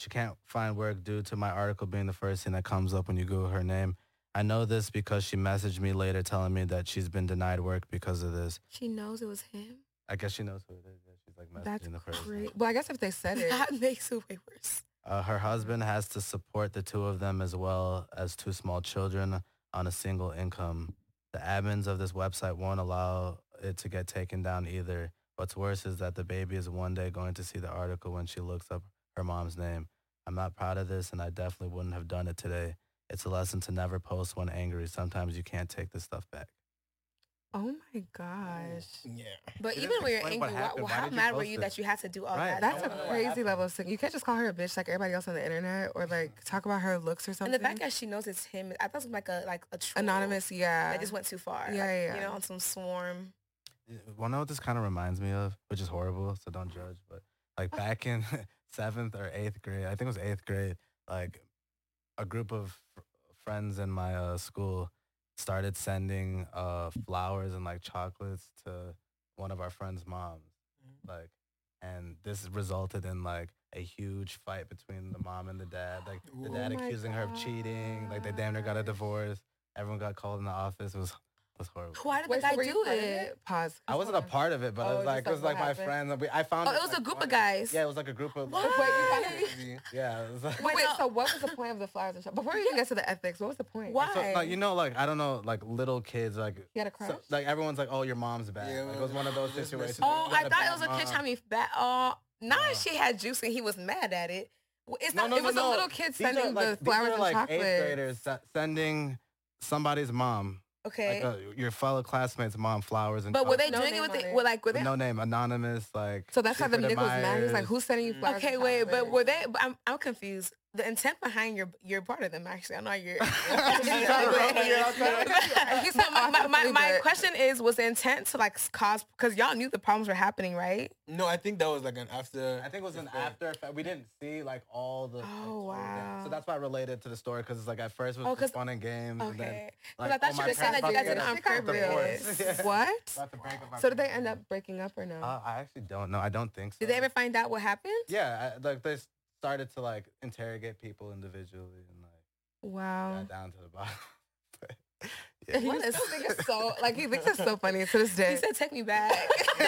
S3: she can't find work due to my article being the first thing that comes up when you Google her name. I know this because she messaged me later telling me that she's been denied work because of this.
S1: She knows it was him.
S3: I guess she knows who it is. yeah, She's like messaging
S2: That's
S3: the person.
S2: great. Well, I guess if they said it,
S1: That makes it way worse.
S3: Uh, her husband has to support the two of them as well as two small children on a single income. The admins of this website won't allow it to get taken down either. What's worse is that the baby is one day going to see the article when she looks up her mom's name. I'm not proud of this and I definitely wouldn't have done it today. It's a lesson to never post when angry. Sometimes you can't take this stuff back.
S2: oh my gosh,
S4: Yeah.
S1: But
S3: She
S1: even
S3: doesn't
S1: when you're
S3: explain
S1: angry,
S3: what
S1: why-
S3: happened.
S1: well,
S3: Why
S1: how
S3: did you
S1: mad were
S3: post
S1: you
S3: it?
S1: that you had to do all
S3: Right.
S1: that?
S2: that's a
S3: wanna know what
S2: crazy
S3: happened.
S2: level of sick. You can't just call her a bitch like everybody else on the internet, or like talk about her looks or
S1: and
S2: something.
S1: the fact that she knows it's him, I thought it was like a like a troll
S2: anonymous, yeah.
S1: That just went too far.
S2: Yeah,
S1: like,
S2: yeah,
S1: You
S2: yeah.
S1: know, on some swarm.
S3: Well, know what this kind of reminds me of, which is horrible, so don't judge. But like back in seventh or eighth grade, I think it was eighth grade, like a group of fr- friends in my uh, school started sending uh, flowers and like chocolates to one of our friends' moms.
S2: Mm-hmm.
S3: Like, and this resulted in like a huge fight between the mom and the dad. Like the
S4: Ooh.
S3: dad
S2: Oh my
S3: accusing her of cheating. Like they damn near got a
S2: gosh.
S3: divorce. Everyone got called in the office. It was it was horrible.
S1: Why did
S2: Wait,
S1: the
S2: so
S1: guy
S2: were you
S1: do
S2: part of
S1: it?
S2: Pause.
S3: I wasn't a part of it,
S2: Oh,
S3: but it
S2: it was
S3: was like
S2: just,
S3: it
S2: like,
S3: was like
S2: what
S3: my
S2: happened?
S3: friends. and we- I found
S1: Oh, it was
S3: like,
S1: a group
S3: one-
S1: of guys.
S3: Yeah, it was like a group of.
S1: What?
S2: Wait, you found
S1: Why?
S2: it?
S3: Yeah, it was like,
S2: Wait,
S1: Wait, no.
S2: so what was the point of the flowers and stuff? Before we even get to the ethics, what was the point?
S1: Why?
S3: so, like, you know, like I don't know, like little kids, like
S2: You had a crush?
S3: so, like everyone's like, oh, your mom's bad.
S4: Yeah,
S3: like, it was one of those
S4: just messing
S3: situations.
S1: Oh,
S3: You
S1: I
S3: got a
S1: thought
S3: bad
S1: it was a
S3: mom.
S1: catch on me back. Oh, nah,
S3: No.
S1: she had juice and he was mad at it. Well, It's
S3: No,
S1: not.
S3: no,
S1: it
S3: no,
S1: was a
S3: no.
S1: little
S2: kid
S3: These are,
S2: sending
S3: like,
S2: the
S3: these
S2: flowers
S3: are,
S2: and
S3: like
S2: chocolate.
S3: eighth graders se- sending somebody's mom,
S1: okay.
S3: like uh, your fellow classmate's mom, flowers and
S1: but were they
S3: chocolates
S2: No
S1: doing it
S2: name
S1: with
S2: on
S1: the,
S2: it.
S1: were like were
S3: with
S1: they
S3: no name, anonymous, like
S2: So that's how the
S3: secret
S2: nigga was mad. He's like,
S3: admirers.
S2: "Who's sending you
S4: Mm.
S2: flowers?"
S1: Okay,
S2: and
S1: wait, but
S2: chocolates?
S1: were they? but I'm I'm confused. The intent behind your your part of them actually. I know you're.
S3: I'm trying to rub it in, I'm trying to-
S2: He's
S1: No,
S2: like,
S1: my,
S2: "Oh, I
S1: my, my,
S2: believe
S1: my
S2: it."
S1: question is, was the intent to like cause because y'all knew the problems were happening, right?
S4: No, I think that was like an after.
S3: I think it was an
S4: effect.
S3: after effect. We didn't see like all the. like,
S1: Oh,
S3: total damage.
S1: wow.
S3: So that's why I related to the story because it's like at first it was
S1: Oh, 'cause-
S3: just fun and games. And then,
S1: Okay.
S3: like,
S1: I thought
S3: oh,
S1: you
S3: my
S1: were saying
S3: parents
S1: that you
S3: about
S1: guys
S3: to
S1: did
S3: get
S1: it on
S3: a divorce.
S1: purpose.
S3: Yeah.
S2: What?
S3: About to break up my
S2: So did they
S3: parents.
S2: end up breaking up or no?
S3: Uh, I actually don't know. I don't think so.
S1: Did they ever find out what happened?
S3: Yeah, I, like they s- started to like interrogate people individually and like
S2: wow.
S3: got down to the bottom.
S2: Oh. He
S1: What
S2: just-
S1: is-
S2: this nigga so like he thinks it's so funny to this day.
S1: He said, "Take me back."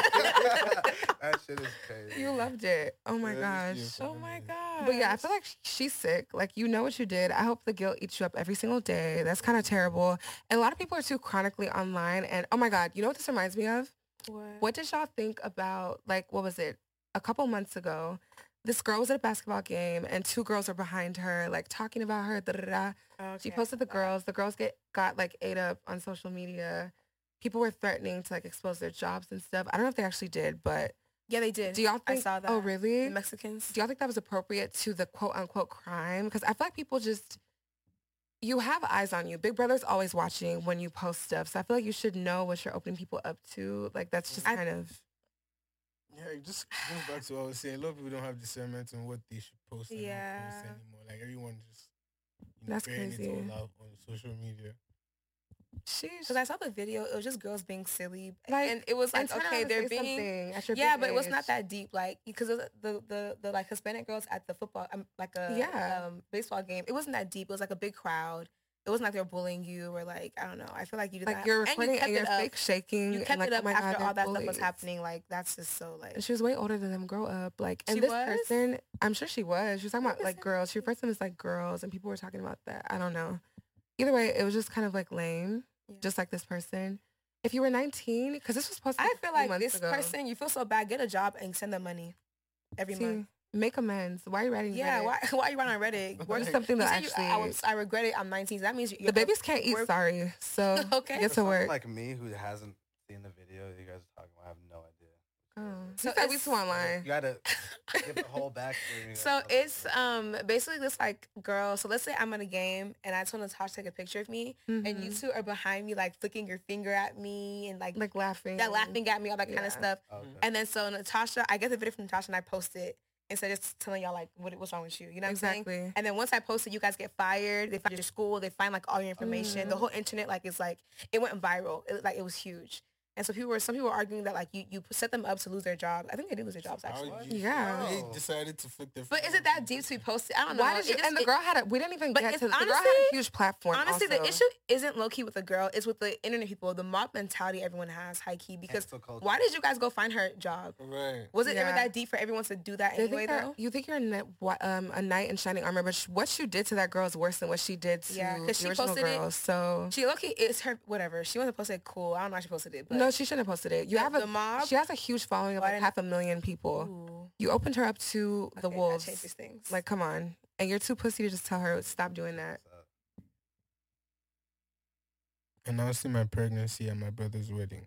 S3: that shit is crazy.
S2: you loved it. Oh my
S4: Yeah, it's
S2: gosh.
S4: beautiful.
S1: god.
S2: But yeah, I feel like sh- she's sick. Like you know what you did. I hope the guilt eats you up every single day. That's kind of terrible. And a lot of people are too chronically online. And oh my god, you know what this reminds me of? What did y'all think about like what was it? A couple months ago, this girl was at a basketball game and two girls were behind her, like talking about her. Da, da, da, da. She posted the girls. The girls get got like ate up on social media. People were threatening to like expose their jobs and stuff. I don't know if they actually did, but
S1: Uh, Yeah, they did.
S2: do y'all
S1: I
S2: think?
S1: saw that.
S2: Oh,
S1: The
S2: really?
S1: Mexicans.
S2: do y'all think that was appropriate to the quote unquote crime? Because I feel like people just you have eyes on you. Big Brother's always watching when you post stuff. So I feel like you should know what you're opening people up to. Like that's just
S1: I-
S2: kind of
S4: Yeah, it just going back to what I was saying, a lot of people don't have discernment on what they should post and not
S1: Yeah.
S4: post anymore. Like everyone just you
S2: That's
S4: airing
S2: crazy.
S4: it all out on social media.
S2: sheesh.
S1: Because I saw the video, it was just girls being silly,
S2: Like,
S1: and it was
S2: And
S1: like,
S2: turn around
S1: okay,
S2: and
S1: they're
S2: say
S1: being.
S2: something at your
S1: Yeah,
S2: big
S1: but it was
S2: age.
S1: not that deep, like because the, the the the like Hispanic girls at the football, um, like a
S2: Yeah.
S1: um, baseball game, it wasn't that deep. It was like a big crowd. It wasn't like they're bullying you or like I don't know. I feel like you did
S2: Like
S1: that.
S2: you're
S1: And you
S2: recording and,
S1: kept
S2: your
S1: it up.
S2: fake shaking.
S1: You
S2: and,
S1: kept
S2: like,
S1: it up
S2: oh my God,
S1: after
S2: they're
S1: all that stuff was
S2: bullies.
S1: happening. Like that's just so like.
S2: And she was way older than them. Grow up, like and
S1: She
S2: this
S1: was?
S2: person, I'm sure she was. She was talking
S1: What
S2: about
S1: was
S2: like
S1: that?
S2: girls. She referred to them as like girls, and people were talking about that. I don't know. Either way, it was just kind of like lame,
S1: Yeah.
S2: just like this person. If you were 19, because this was supposed to be
S1: I feel like
S2: months
S1: this
S2: ago.
S1: person, you feel so bad. Get a job and send them money every
S2: See,
S1: month.
S2: make amends. Why are you writing?
S1: Yeah,
S2: Reddit?
S1: why, why are you running on Reddit? Work-
S2: Do something
S1: you
S2: that
S1: say you- I,
S2: actually-
S1: was- I regret it. I'm 19. So that means you're
S2: The babies can't eat.
S1: work-
S2: Sorry, so
S1: Okay.
S2: get
S3: For
S2: to
S3: someone
S2: work.
S3: Like me, who hasn't seen the video that you guys are talking about, I have no idea.
S2: oh.
S1: So
S2: So we
S1: it's-
S2: too online.
S3: You gotta give the whole backstory.
S1: So it's um basically this like girl. So let's say I'm in a game and I told Natasha to take a picture of me, and you
S2: Mhm.
S1: two are behind me like flicking your finger at me and like,
S2: like laughing.
S1: yeah, laughing at me, all that kind
S2: Yeah.
S1: of stuff.
S3: Oh, Okay.
S1: And then so Natasha, I get the video from Natasha and I post it instead of just telling y'all like what what's wrong with you. You know what I'm saying?
S2: Exactly.
S1: And then once I post it, you guys get fired. They find your school. They find like all your information. The
S2: Mhm.
S1: whole internet like is like it went viral. It, like it was huge. And so people were some people were arguing that like you you set them up to lose their jobs. I think they did lose their jobs actually.
S4: How
S2: Yeah.
S4: They
S3: Wow.
S4: decided to flick their.
S1: But is it that deep to be posted? I don't know.
S2: Why did
S1: It
S2: you?
S1: just-
S2: and the
S1: it-
S2: girl had a. We didn't even
S1: But
S2: get
S1: it's
S2: to. The girl had a
S1: honestly-
S2: huge platform.
S1: Honestly, the
S2: also.
S1: issue isn't low key with the girl. It's with the internet people, the mob mentality everyone has high key. Because
S3: Cancel culture.
S1: why did you guys go find her job?
S4: Right.
S1: Was it ever
S2: Yeah.
S1: that deep for everyone to do that
S2: They
S1: anyway?
S2: think that-
S1: Though,
S2: you think you're a, kni- wa- um, a knight in shining armor, but sh- what you did to that girl is worse than what she did to
S1: Yeah, 'cause
S2: the
S1: she
S2: original
S1: posted it.
S2: girl. So
S1: she low key it's her whatever. She wasn't posted cool. I don't know how she posted it, but
S2: no, she shouldn't have posted it. You
S1: The-
S2: have a
S1: the mob?
S2: She has a huge following of
S1: Why
S2: like
S1: didn't-
S2: half a million people.
S1: Ooh.
S2: You opened her up to the
S1: Okay, I
S2: wolves.
S1: changed these things.
S2: Like, come on. And you're too pussy to just tell her stop doing that.
S3: So-
S4: announcing my pregnancy at my brother's wedding.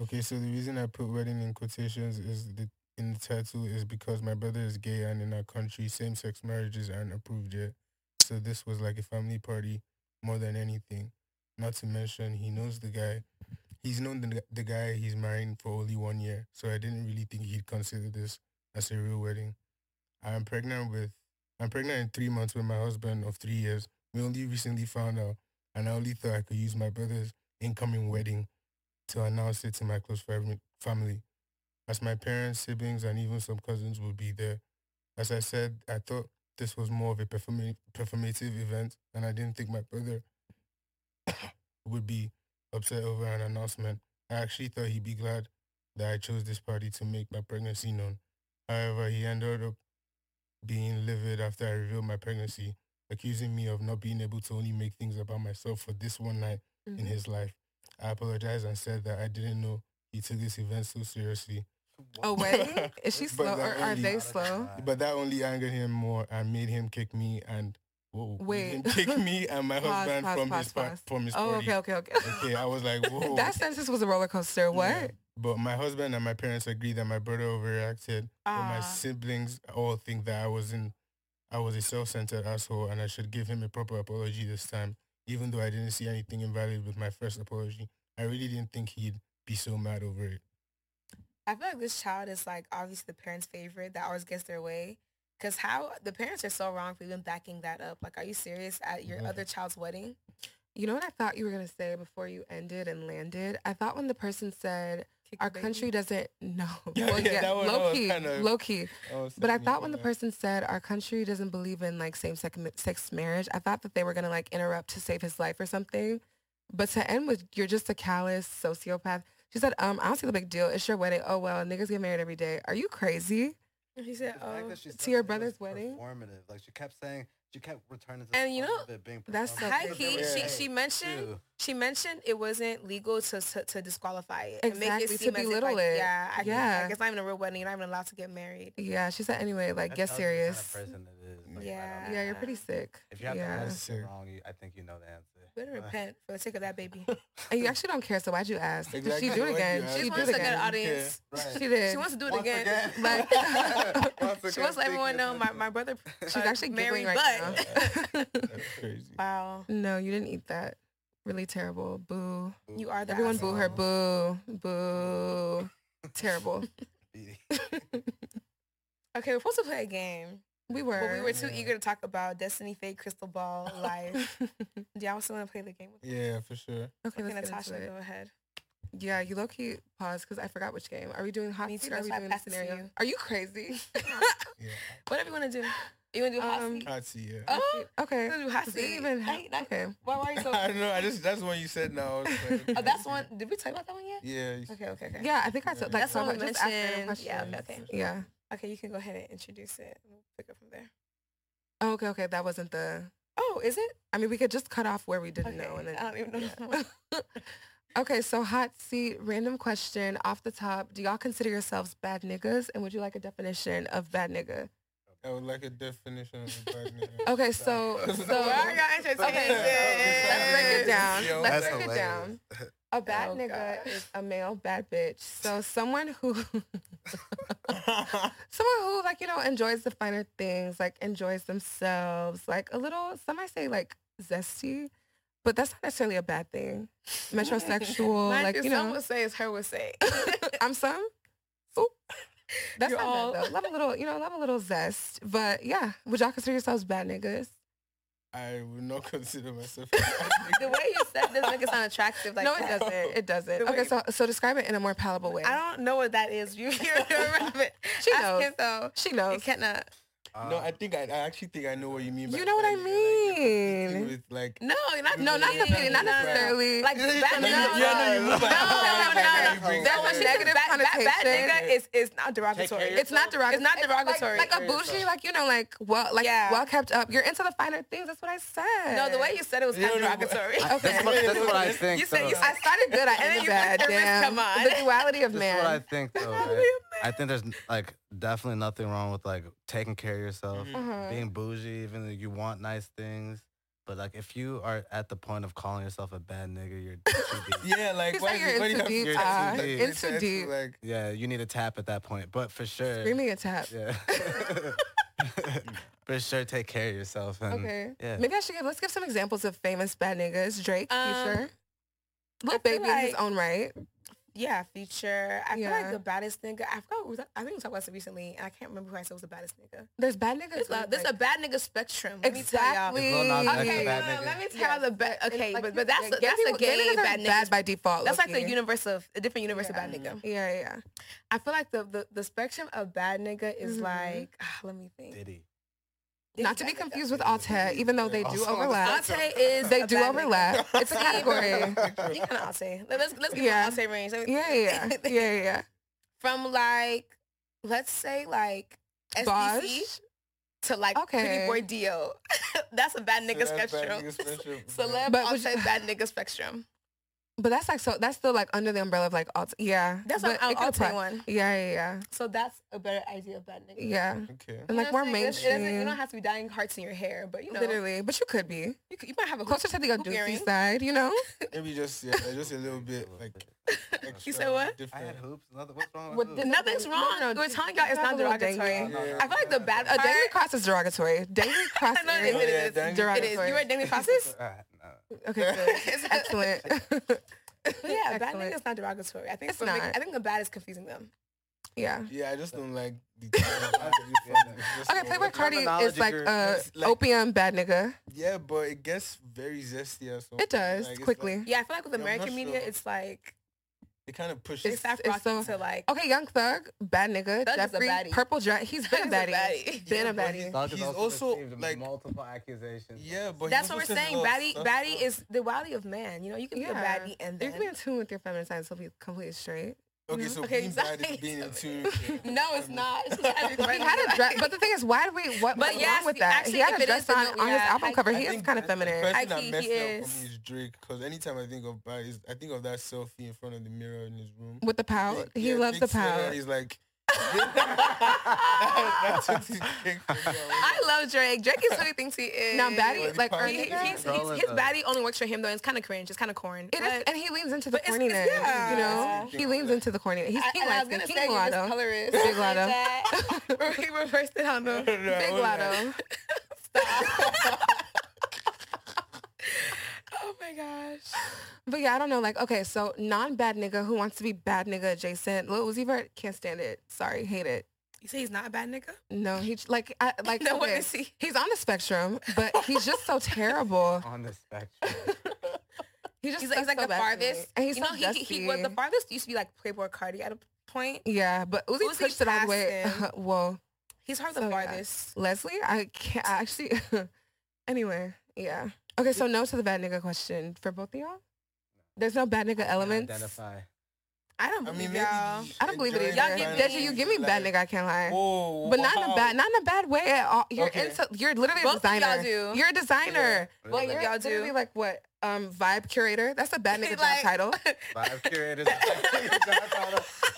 S4: Okay, so the reason I put wedding in quotations is the in the title is because my brother is gay and in our country same sex marriages aren't approved yet. So this was like a family party more than anything. Not to mention he knows the guy. He's known the, the guy he's marrying for only one year. So I didn't really think he'd consider this as a real wedding. I'm pregnant with I'm pregnant in three months with my husband of three years. We only recently found out and I only thought I could use my brother's incoming wedding to announce it to my close fami- family. As my parents, siblings, and even some cousins would be there. As I said, I thought this was more of a performa- performative event, and I didn't think my brother would be upset over an announcement. I actually thought he'd be glad that I chose this party to make my pregnancy known. However, he ended up being livid after I revealed my pregnancy accusing me of not being able to only make things about myself for this one night in
S2: Mm-hmm.
S4: his life. I apologized and said that I didn't know he took this event so seriously.
S2: A
S1: Oh,
S3: What?
S2: wedding? Is she
S4: But
S2: slow or
S4: that
S2: are
S4: only-
S2: they
S3: Out of
S2: slow?
S3: line.
S4: But that only angered him more and made him kick me and whoa, made
S2: Wait.
S4: him kick me and my
S2: Pause,
S4: husband
S2: pause,
S4: from
S2: pause,
S4: his par-
S2: pause.
S4: from his
S2: Oh,
S4: party.
S2: okay, okay, okay.
S4: Okay, I was like, whoa.
S2: that sentence was a roller coaster. What?
S4: Yeah. But my husband and my parents agree that my brother overreacted. But my
S1: Aw.
S4: siblings all think that I was in, I was a self-centered asshole, and I should give him a proper apology this time. Even though I didn't see anything invalid with my first apology, I really didn't think he'd be so mad over it.
S1: I feel like this child is like obviously the parents' favorite that always gets their way. Cause how the parents are so wrong for even backing that up. Like, are you serious at your
S4: Yeah.
S1: other child's wedding?
S2: You know what I thought you were gonna say before you ended and landed? I thought when the person said
S1: Kick
S2: our
S1: the baby.
S2: country doesn't no,
S4: Yeah,
S2: well,
S4: yeah,
S2: yeah,
S4: that one- that
S2: low
S4: was
S2: key,
S4: kinda-
S2: low key.
S4: Oh,
S2: But I thought when the
S4: person
S2: person said our country doesn't believe in like same sex sex marriage, I thought that they were gonna like interrupt to save his life or something. But to end with, you're just a callous sociopath. She said, um, I don't see the big deal. It's your wedding. Oh well, niggas get married every day. Are you crazy?
S1: He said,
S3: The fact
S1: "Oh,
S3: that she said
S2: to your
S3: that it was
S2: brother's wedding?
S3: Performative. Like she kept saying, she kept returning to the
S1: And you
S3: point
S1: know,
S3: of it being
S2: that's so
S3: performative.
S1: high
S2: Because
S1: key."
S2: there
S1: She
S2: was-
S1: she mentioned she mentioned it wasn't legal to to, to disqualify it and make
S2: Exactly,
S1: it
S2: to
S1: seem as if,
S2: belittle
S1: like,
S2: it.
S1: Yeah, I yeah.
S2: Yeah.
S1: Like, it's not even a real wedding. You're not even allowed to get married.
S2: Yeah, she said anyway, like get serious.
S1: Yeah.
S2: yeah, you're pretty sick.
S3: If you have
S2: yeah.
S3: to
S4: That's
S3: answer
S4: sick.
S3: wrong, you, I think you know the answer.
S1: Better
S3: But-
S1: repent for the sake of that baby.
S2: And you actually don't care, so why'd you ask? Did
S4: Exactly,
S2: She do
S4: why'd
S2: it
S4: you
S2: again.
S4: ask?
S1: She
S2: She
S1: wants
S2: did
S1: to
S2: it
S1: get an
S2: again.
S1: audience.
S3: Right.
S2: She did.
S1: She wants to do it
S3: Once
S1: again.
S2: Like-
S3: Once
S1: she wants to let
S3: again,
S1: everyone
S3: thank
S1: know
S3: you.
S1: my, my brother. uh,
S2: She's actually
S1: married,
S2: giggling right now.
S4: That's crazy.
S1: Wow.
S2: no, you didn't eat that. Really terrible. Boo.
S1: You are the
S2: Everyone boo her.
S1: asshole.
S2: Boo. Boo. terrible.
S1: Okay, we're supposed to play a game,
S2: We were.
S1: but we were too
S4: Yeah.
S1: eager to talk about Destiny, Fate, Crystal Ball, Life. Do y'all still want to play the game? With
S4: Yeah, for sure.
S2: okay,
S1: okay,
S2: let's get
S1: Natasha,
S2: into it.
S1: go ahead.
S2: Yeah, you low key pause because I forgot which game. Are we doing hot
S1: Me
S2: seat
S1: too,
S2: or are
S1: that's
S2: we
S1: why I
S2: doing a
S1: passed it to
S2: scenario?
S1: you.
S2: Are you crazy?
S4: Yeah,
S1: Whatever you want to do. You want to do hot
S2: Um,
S1: seat?
S4: hot seat. Yeah.
S1: Oh,
S2: okay.
S1: you want to do hot
S2: Does it
S1: seat?
S2: even ha-
S1: Hey, that-
S2: okay.
S1: Why, why are you so?
S4: I don't know. I just that's when you said no. I was like,
S1: Oh,
S4: okay,
S1: that's
S4: okay.
S1: one. Did we talk about that one yet?
S4: Yeah. you-
S1: Okay, okay, okay.
S2: Yeah, I think I said like
S1: That's the one
S2: someone
S1: we
S2: just asked random
S1: mentioned. Yeah,
S2: questions.
S1: okay, okay.
S2: Yeah.
S1: Okay, you can go ahead and introduce it. We'll pick up from there.
S2: Oh, okay, okay. That wasn't the
S1: Oh, is it?
S2: I mean, we could just cut off where we didn't
S1: Okay,
S2: know, and then
S1: I don't even know.
S2: yeah. Okay, so hot seat, random question off the top. Do y'all consider yourselves bad niggas? And would you like a definition of bad nigga?
S4: I would like a definition of a bad nigga.
S2: Okay, so so
S1: Why y'all entertaining this?
S2: let's break it down.
S4: Yo,
S2: let's
S4: that's
S2: break it down. A bad
S1: Oh,
S2: nigga
S1: God.
S2: is a male bad bitch. So someone who someone who like you know enjoys the finer things like enjoys themselves like a little some might say like zesty but that's not necessarily a bad thing metrosexual
S1: Mind
S2: like you
S1: some
S2: know
S1: would say it's her would say.
S2: i'm some Ooh. that's
S1: You're
S2: not
S1: all-
S2: bad though love a little you know love a little zest but yeah would y'all consider yourselves bad niggas
S4: I would not consider myself a bad
S1: the
S4: nigga.
S1: way you said this make it sound attractive. Like
S2: no it
S1: that.
S2: doesn't it doesn't
S1: The way
S2: okay
S1: you-
S2: so so describe it in a more palatable way
S1: I don't know what that is. You hear it?
S2: she knows
S1: Ask him though.
S2: she
S1: You
S2: knows
S1: cannot.
S4: No,
S3: Um,
S4: I think I, I actually think I know what you mean. by
S2: You know what I
S4: bad nigga, like, you're
S2: mean.
S4: competing with, like,
S1: No, you're not.
S2: no not
S4: Yeah.
S2: completely not
S4: No, no, no.
S2: necessarily
S1: Like bad
S4: No,
S1: nigga.
S4: you- yeah, no, you move
S1: no, no, no,
S4: like- you
S1: no,
S4: bring
S1: no. That
S4: it
S1: one
S4: up.
S1: she negative bad, bad, bad nigga is is not derogatory.
S3: care of
S2: It's not derogatory.
S1: It's not
S2: like-
S1: derogatory.
S2: Like, a bougie, like you know, like well, like
S1: Yeah.
S2: well kept up. You're into the finer things. That's what I said.
S1: no, the way you said it was
S4: You
S1: kind of
S4: don't know-
S1: derogatory.
S2: Okay.
S3: That's what, that's what I think.
S1: You said
S3: though.
S1: you
S2: I started good. I
S1: And then
S2: ended
S1: you
S2: bad.
S1: let the rest
S2: Damn.
S1: come on.
S2: The duality of
S3: That's what I
S2: man.
S3: think though. right? I think there's like definitely nothing wrong with like taking care of yourself,
S4: Mhm.
S2: Uh-huh.
S3: being bougie, even though you want nice things. But like if you are at the point of calling yourself a bad nigga, you're too deep.
S4: Yeah, like
S2: He's
S4: why
S2: like,
S4: is
S2: you're
S4: it- why do you
S2: into
S4: have
S2: deep,
S4: to-
S3: uh,
S4: like,
S3: into
S4: it's actually,
S2: deep.
S4: Like
S3: Yeah, you need a tap at that point. But for sure,
S2: Give me a tap.
S3: yeah, for sure, take care of yourself. And
S2: Okay.
S3: Yeah.
S2: Maybe I should give. Let's give some examples of famous bad niggas. Drake,
S1: Um,
S2: Future,
S1: I feel
S2: Lil Baby in his
S1: like-
S2: own right.
S1: Yeah, feature. I feel
S2: Yeah.
S1: like the baddest nigga. I forgot. who was that- I think we talked about this recently, and I can't remember who I said was the baddest nigga.
S2: There's bad niggas.
S1: There's,
S2: who's
S1: like, there's a
S2: like-
S1: bad nigga spectrum. Let
S2: exactly.
S3: Is Lil Nas X a
S1: me tell y'all. Okay,
S3: bad
S1: no,
S3: nigga?
S1: let me tell
S2: Yeah.
S1: y'all the bad. Okay,
S2: Like,
S1: but, but that's
S2: yeah,
S1: a, that's
S2: people-
S1: a gay
S2: niggas are
S1: bad
S2: bad
S1: nigga.
S2: by default.
S1: That's like the
S2: low-key.
S1: universe of a different universe of bad
S2: Yeah.
S1: nigga.
S2: Yeah, yeah.
S1: I feel like the the, the spectrum of bad nigga is
S2: Mhm.
S1: like. ah, let me think.
S3: Diddy.
S2: Not to be
S1: Bad nigga.
S2: confused with Alte, even though they do
S4: Also on the
S2: overlap.
S1: Alte is
S2: They
S1: a
S2: do
S1: bad nigga.
S2: overlap. It's a
S1: See,
S2: category.
S1: You kind of Alte. Let- Let's let's give
S2: Yeah.
S1: yeah. Alte range. Let me-
S2: Yeah, yeah, yeah, yeah, yeah.
S1: From like, let's say like SBC
S2: Bosh.
S1: to like
S2: Okay.
S1: Pretty Boy Dio. that's a bad nigga
S4: that's bad
S1: spectrum.
S4: nigga spectrum.
S1: Celeb
S2: But
S1: but
S2: would
S1: Alte
S2: you-
S1: bad nigga spectrum.
S2: But that's like so. That's still like under the umbrella of like alt. Yeah,
S1: That's
S2: but
S1: an
S2: it could apply.
S1: Alte one.
S2: Yeah, yeah,
S1: So that's a better idea of bad nigga.
S2: yeah, yeah.
S4: Okay.
S2: And
S1: You
S2: like
S1: know what
S2: more
S1: I'm saying? It doesn't- it
S2: mainstream.
S1: doesn't- You don't have to be dyeing hearts in your hair, but you know,
S2: Literally, but you could be
S1: you, could, you might have a
S2: closer to the
S1: hoop
S2: adulty
S1: earring.
S2: side. You know,
S4: Maybe just yeah, like, just a little bit like
S1: You
S4: extra
S1: said what?
S3: I had
S4: Different.
S3: hoops. Nothing. What's wrong with,
S2: With
S3: hoops?
S2: the-
S1: Nothing's wrong.
S2: No, no,
S1: We're
S2: just-
S1: telling y'all
S2: just
S1: it's
S2: have
S1: not
S2: a little
S1: derogatory.
S2: dangly.
S1: I
S3: No, no,
S1: feel like the bad. uh,
S2: a dangly
S1: Alright.
S2: cross is derogatory. Dangly cross
S1: I know it
S2: earring.
S1: is. It is.
S4: Yeah,
S1: It is.
S2: derogatory.
S1: You wear dangly crosses?
S3: Ah, no.
S2: okay, good. excellent.
S1: But yeah, bad
S2: Excellent.
S1: nigga's not derogatory. I think
S2: It's
S1: what make-
S2: not.
S1: I think the bad is confusing them.
S2: Yeah.
S4: Yeah, I just don't like the.
S2: Okay,
S4: okay,
S2: Playboy Cardi is
S3: terminology
S2: like
S3: group.
S2: uh,
S4: It's like-
S2: opium bad nigga.
S4: Yeah, but it gets very zesty as well.
S2: It does
S4: Like, it's
S2: quickly.
S4: Like,
S1: Yeah, I feel like with
S4: Yeah, I'm not
S1: American media,
S4: sure.
S1: it's like
S4: it kind of pushes.
S1: they
S2: It's-
S1: start
S2: it's
S1: rocking
S2: so-
S1: to like
S2: Okay, Young Thug, bad nigga.
S1: Thug is a
S2: Jeffrey,
S1: baddie.
S2: purple dress. He's been a
S1: Thug is a
S2: baddie.
S1: baddie.
S2: Been a
S4: Yeah, but
S2: baddie.
S3: Thug has
S4: He's also,
S3: received
S4: like-
S3: multiple accusations.
S4: yeah, but he
S1: That's what
S4: also
S1: we're
S4: says a
S1: saying.
S4: lot of
S1: Baddie,
S4: stuff.
S1: baddie is the wildie of man. You know, you can be a
S2: Yeah.
S1: baddie and
S2: You
S1: then
S2: can be in tune with your feminine side, so be completely straight.
S4: Okay, so
S1: Okay,
S4: being
S1: sorry.
S4: bad is being in tune. with your-
S1: no, it's not. It's just everything.
S2: He had a dress, but the thing is, why do we? What,
S1: But
S2: what's
S1: yes,
S2: wrong with that?
S1: actually,
S2: he had
S1: if
S2: a
S1: it
S2: dress
S1: is, then
S2: on
S1: no,
S2: on his
S1: yeah,
S2: album
S1: I-
S2: cover.
S4: I
S2: he is
S4: think
S2: kind of
S4: that's
S2: feminine.
S4: The
S1: I
S4: person that
S1: key,
S4: messed
S1: he
S4: me up for
S1: is.
S4: me is Drake, because anytime I think of bad, is I think of that selfie in front of the mirror in his room.
S2: with the pout, he loves the pout.
S4: power. He's like, that's what he's big for me.
S1: I love Drake. Drake is who he thinks he is.
S2: Now,
S4: Well,
S2: baddie,
S4: he
S2: like,
S4: probably-
S1: He-
S2: he,
S1: he- he's- he's-
S3: Girl is
S1: his
S3: a-
S1: baddie only works for him though. and It's kind of cringe. It's kind of corn.
S2: it is, and he leans into the
S1: but it's-
S2: corniness.
S1: it's- yeah.
S2: You know,
S4: It's-
S2: he leans into the corniness. He's
S1: I,
S2: king
S1: and I was
S2: Latin,
S1: gonna
S2: king
S1: say you're just
S2: mulatto.
S1: colorist.
S2: Big
S1: Like
S2: Lotto.
S1: that. he reversed it on them.
S4: No,
S1: Big
S4: hold on.
S1: Lotto.
S2: Mulatto.
S1: Oh my gosh.
S2: But yeah, I don't know. Like, okay, so non-bad nigga who wants to be bad nigga adjacent. Lil Uzi Vert can't stand it. Sorry, hate it.
S1: You say he's not a bad nigga?
S2: No, he like I, like
S1: No, what
S2: okay,
S1: is he?
S2: he's on the spectrum, but he's just so terrible.
S3: On the spectrum.
S2: He just
S1: He's like,
S2: sucks
S1: he's like
S2: so
S1: the
S2: bad for me.
S1: farthest.
S2: and he's
S1: you
S2: so
S1: know, he, he, he was the
S2: dusty.
S1: farthest used to be like Playboy Cardi at a point.
S2: Yeah, but Uzi,
S1: Uzi
S2: pushed it all the way.
S1: passed him.
S2: Whoa,
S1: He's hard
S2: So,
S1: the
S2: yeah.
S1: farthest.
S2: Leslie, I can't I actually. anyway, yeah. Okay, so no to the bad nigga question for both of y'all. There's no bad nigga elements.
S3: Identify.
S1: I don't
S4: I
S1: believe
S4: mean,
S1: y'all.
S4: maybe.
S2: I don't believe it
S4: enjoying
S2: either.
S1: Y'all give
S4: finding
S2: Deja, you
S4: things
S2: give me bad
S4: like-
S2: nigga. I can't lie.
S4: Whoa,
S2: But not in a
S4: wow.
S2: bad, not in a bad way at all. You're
S4: Okay.
S2: into, you're literally a
S1: Both of y'all
S2: designer.
S1: do.
S2: You're a designer.
S1: Both of
S2: You're
S1: y'all do.
S2: literally like what a um, vibe curator. That's a bad nigga job
S1: Like-
S2: title.
S3: Five curators.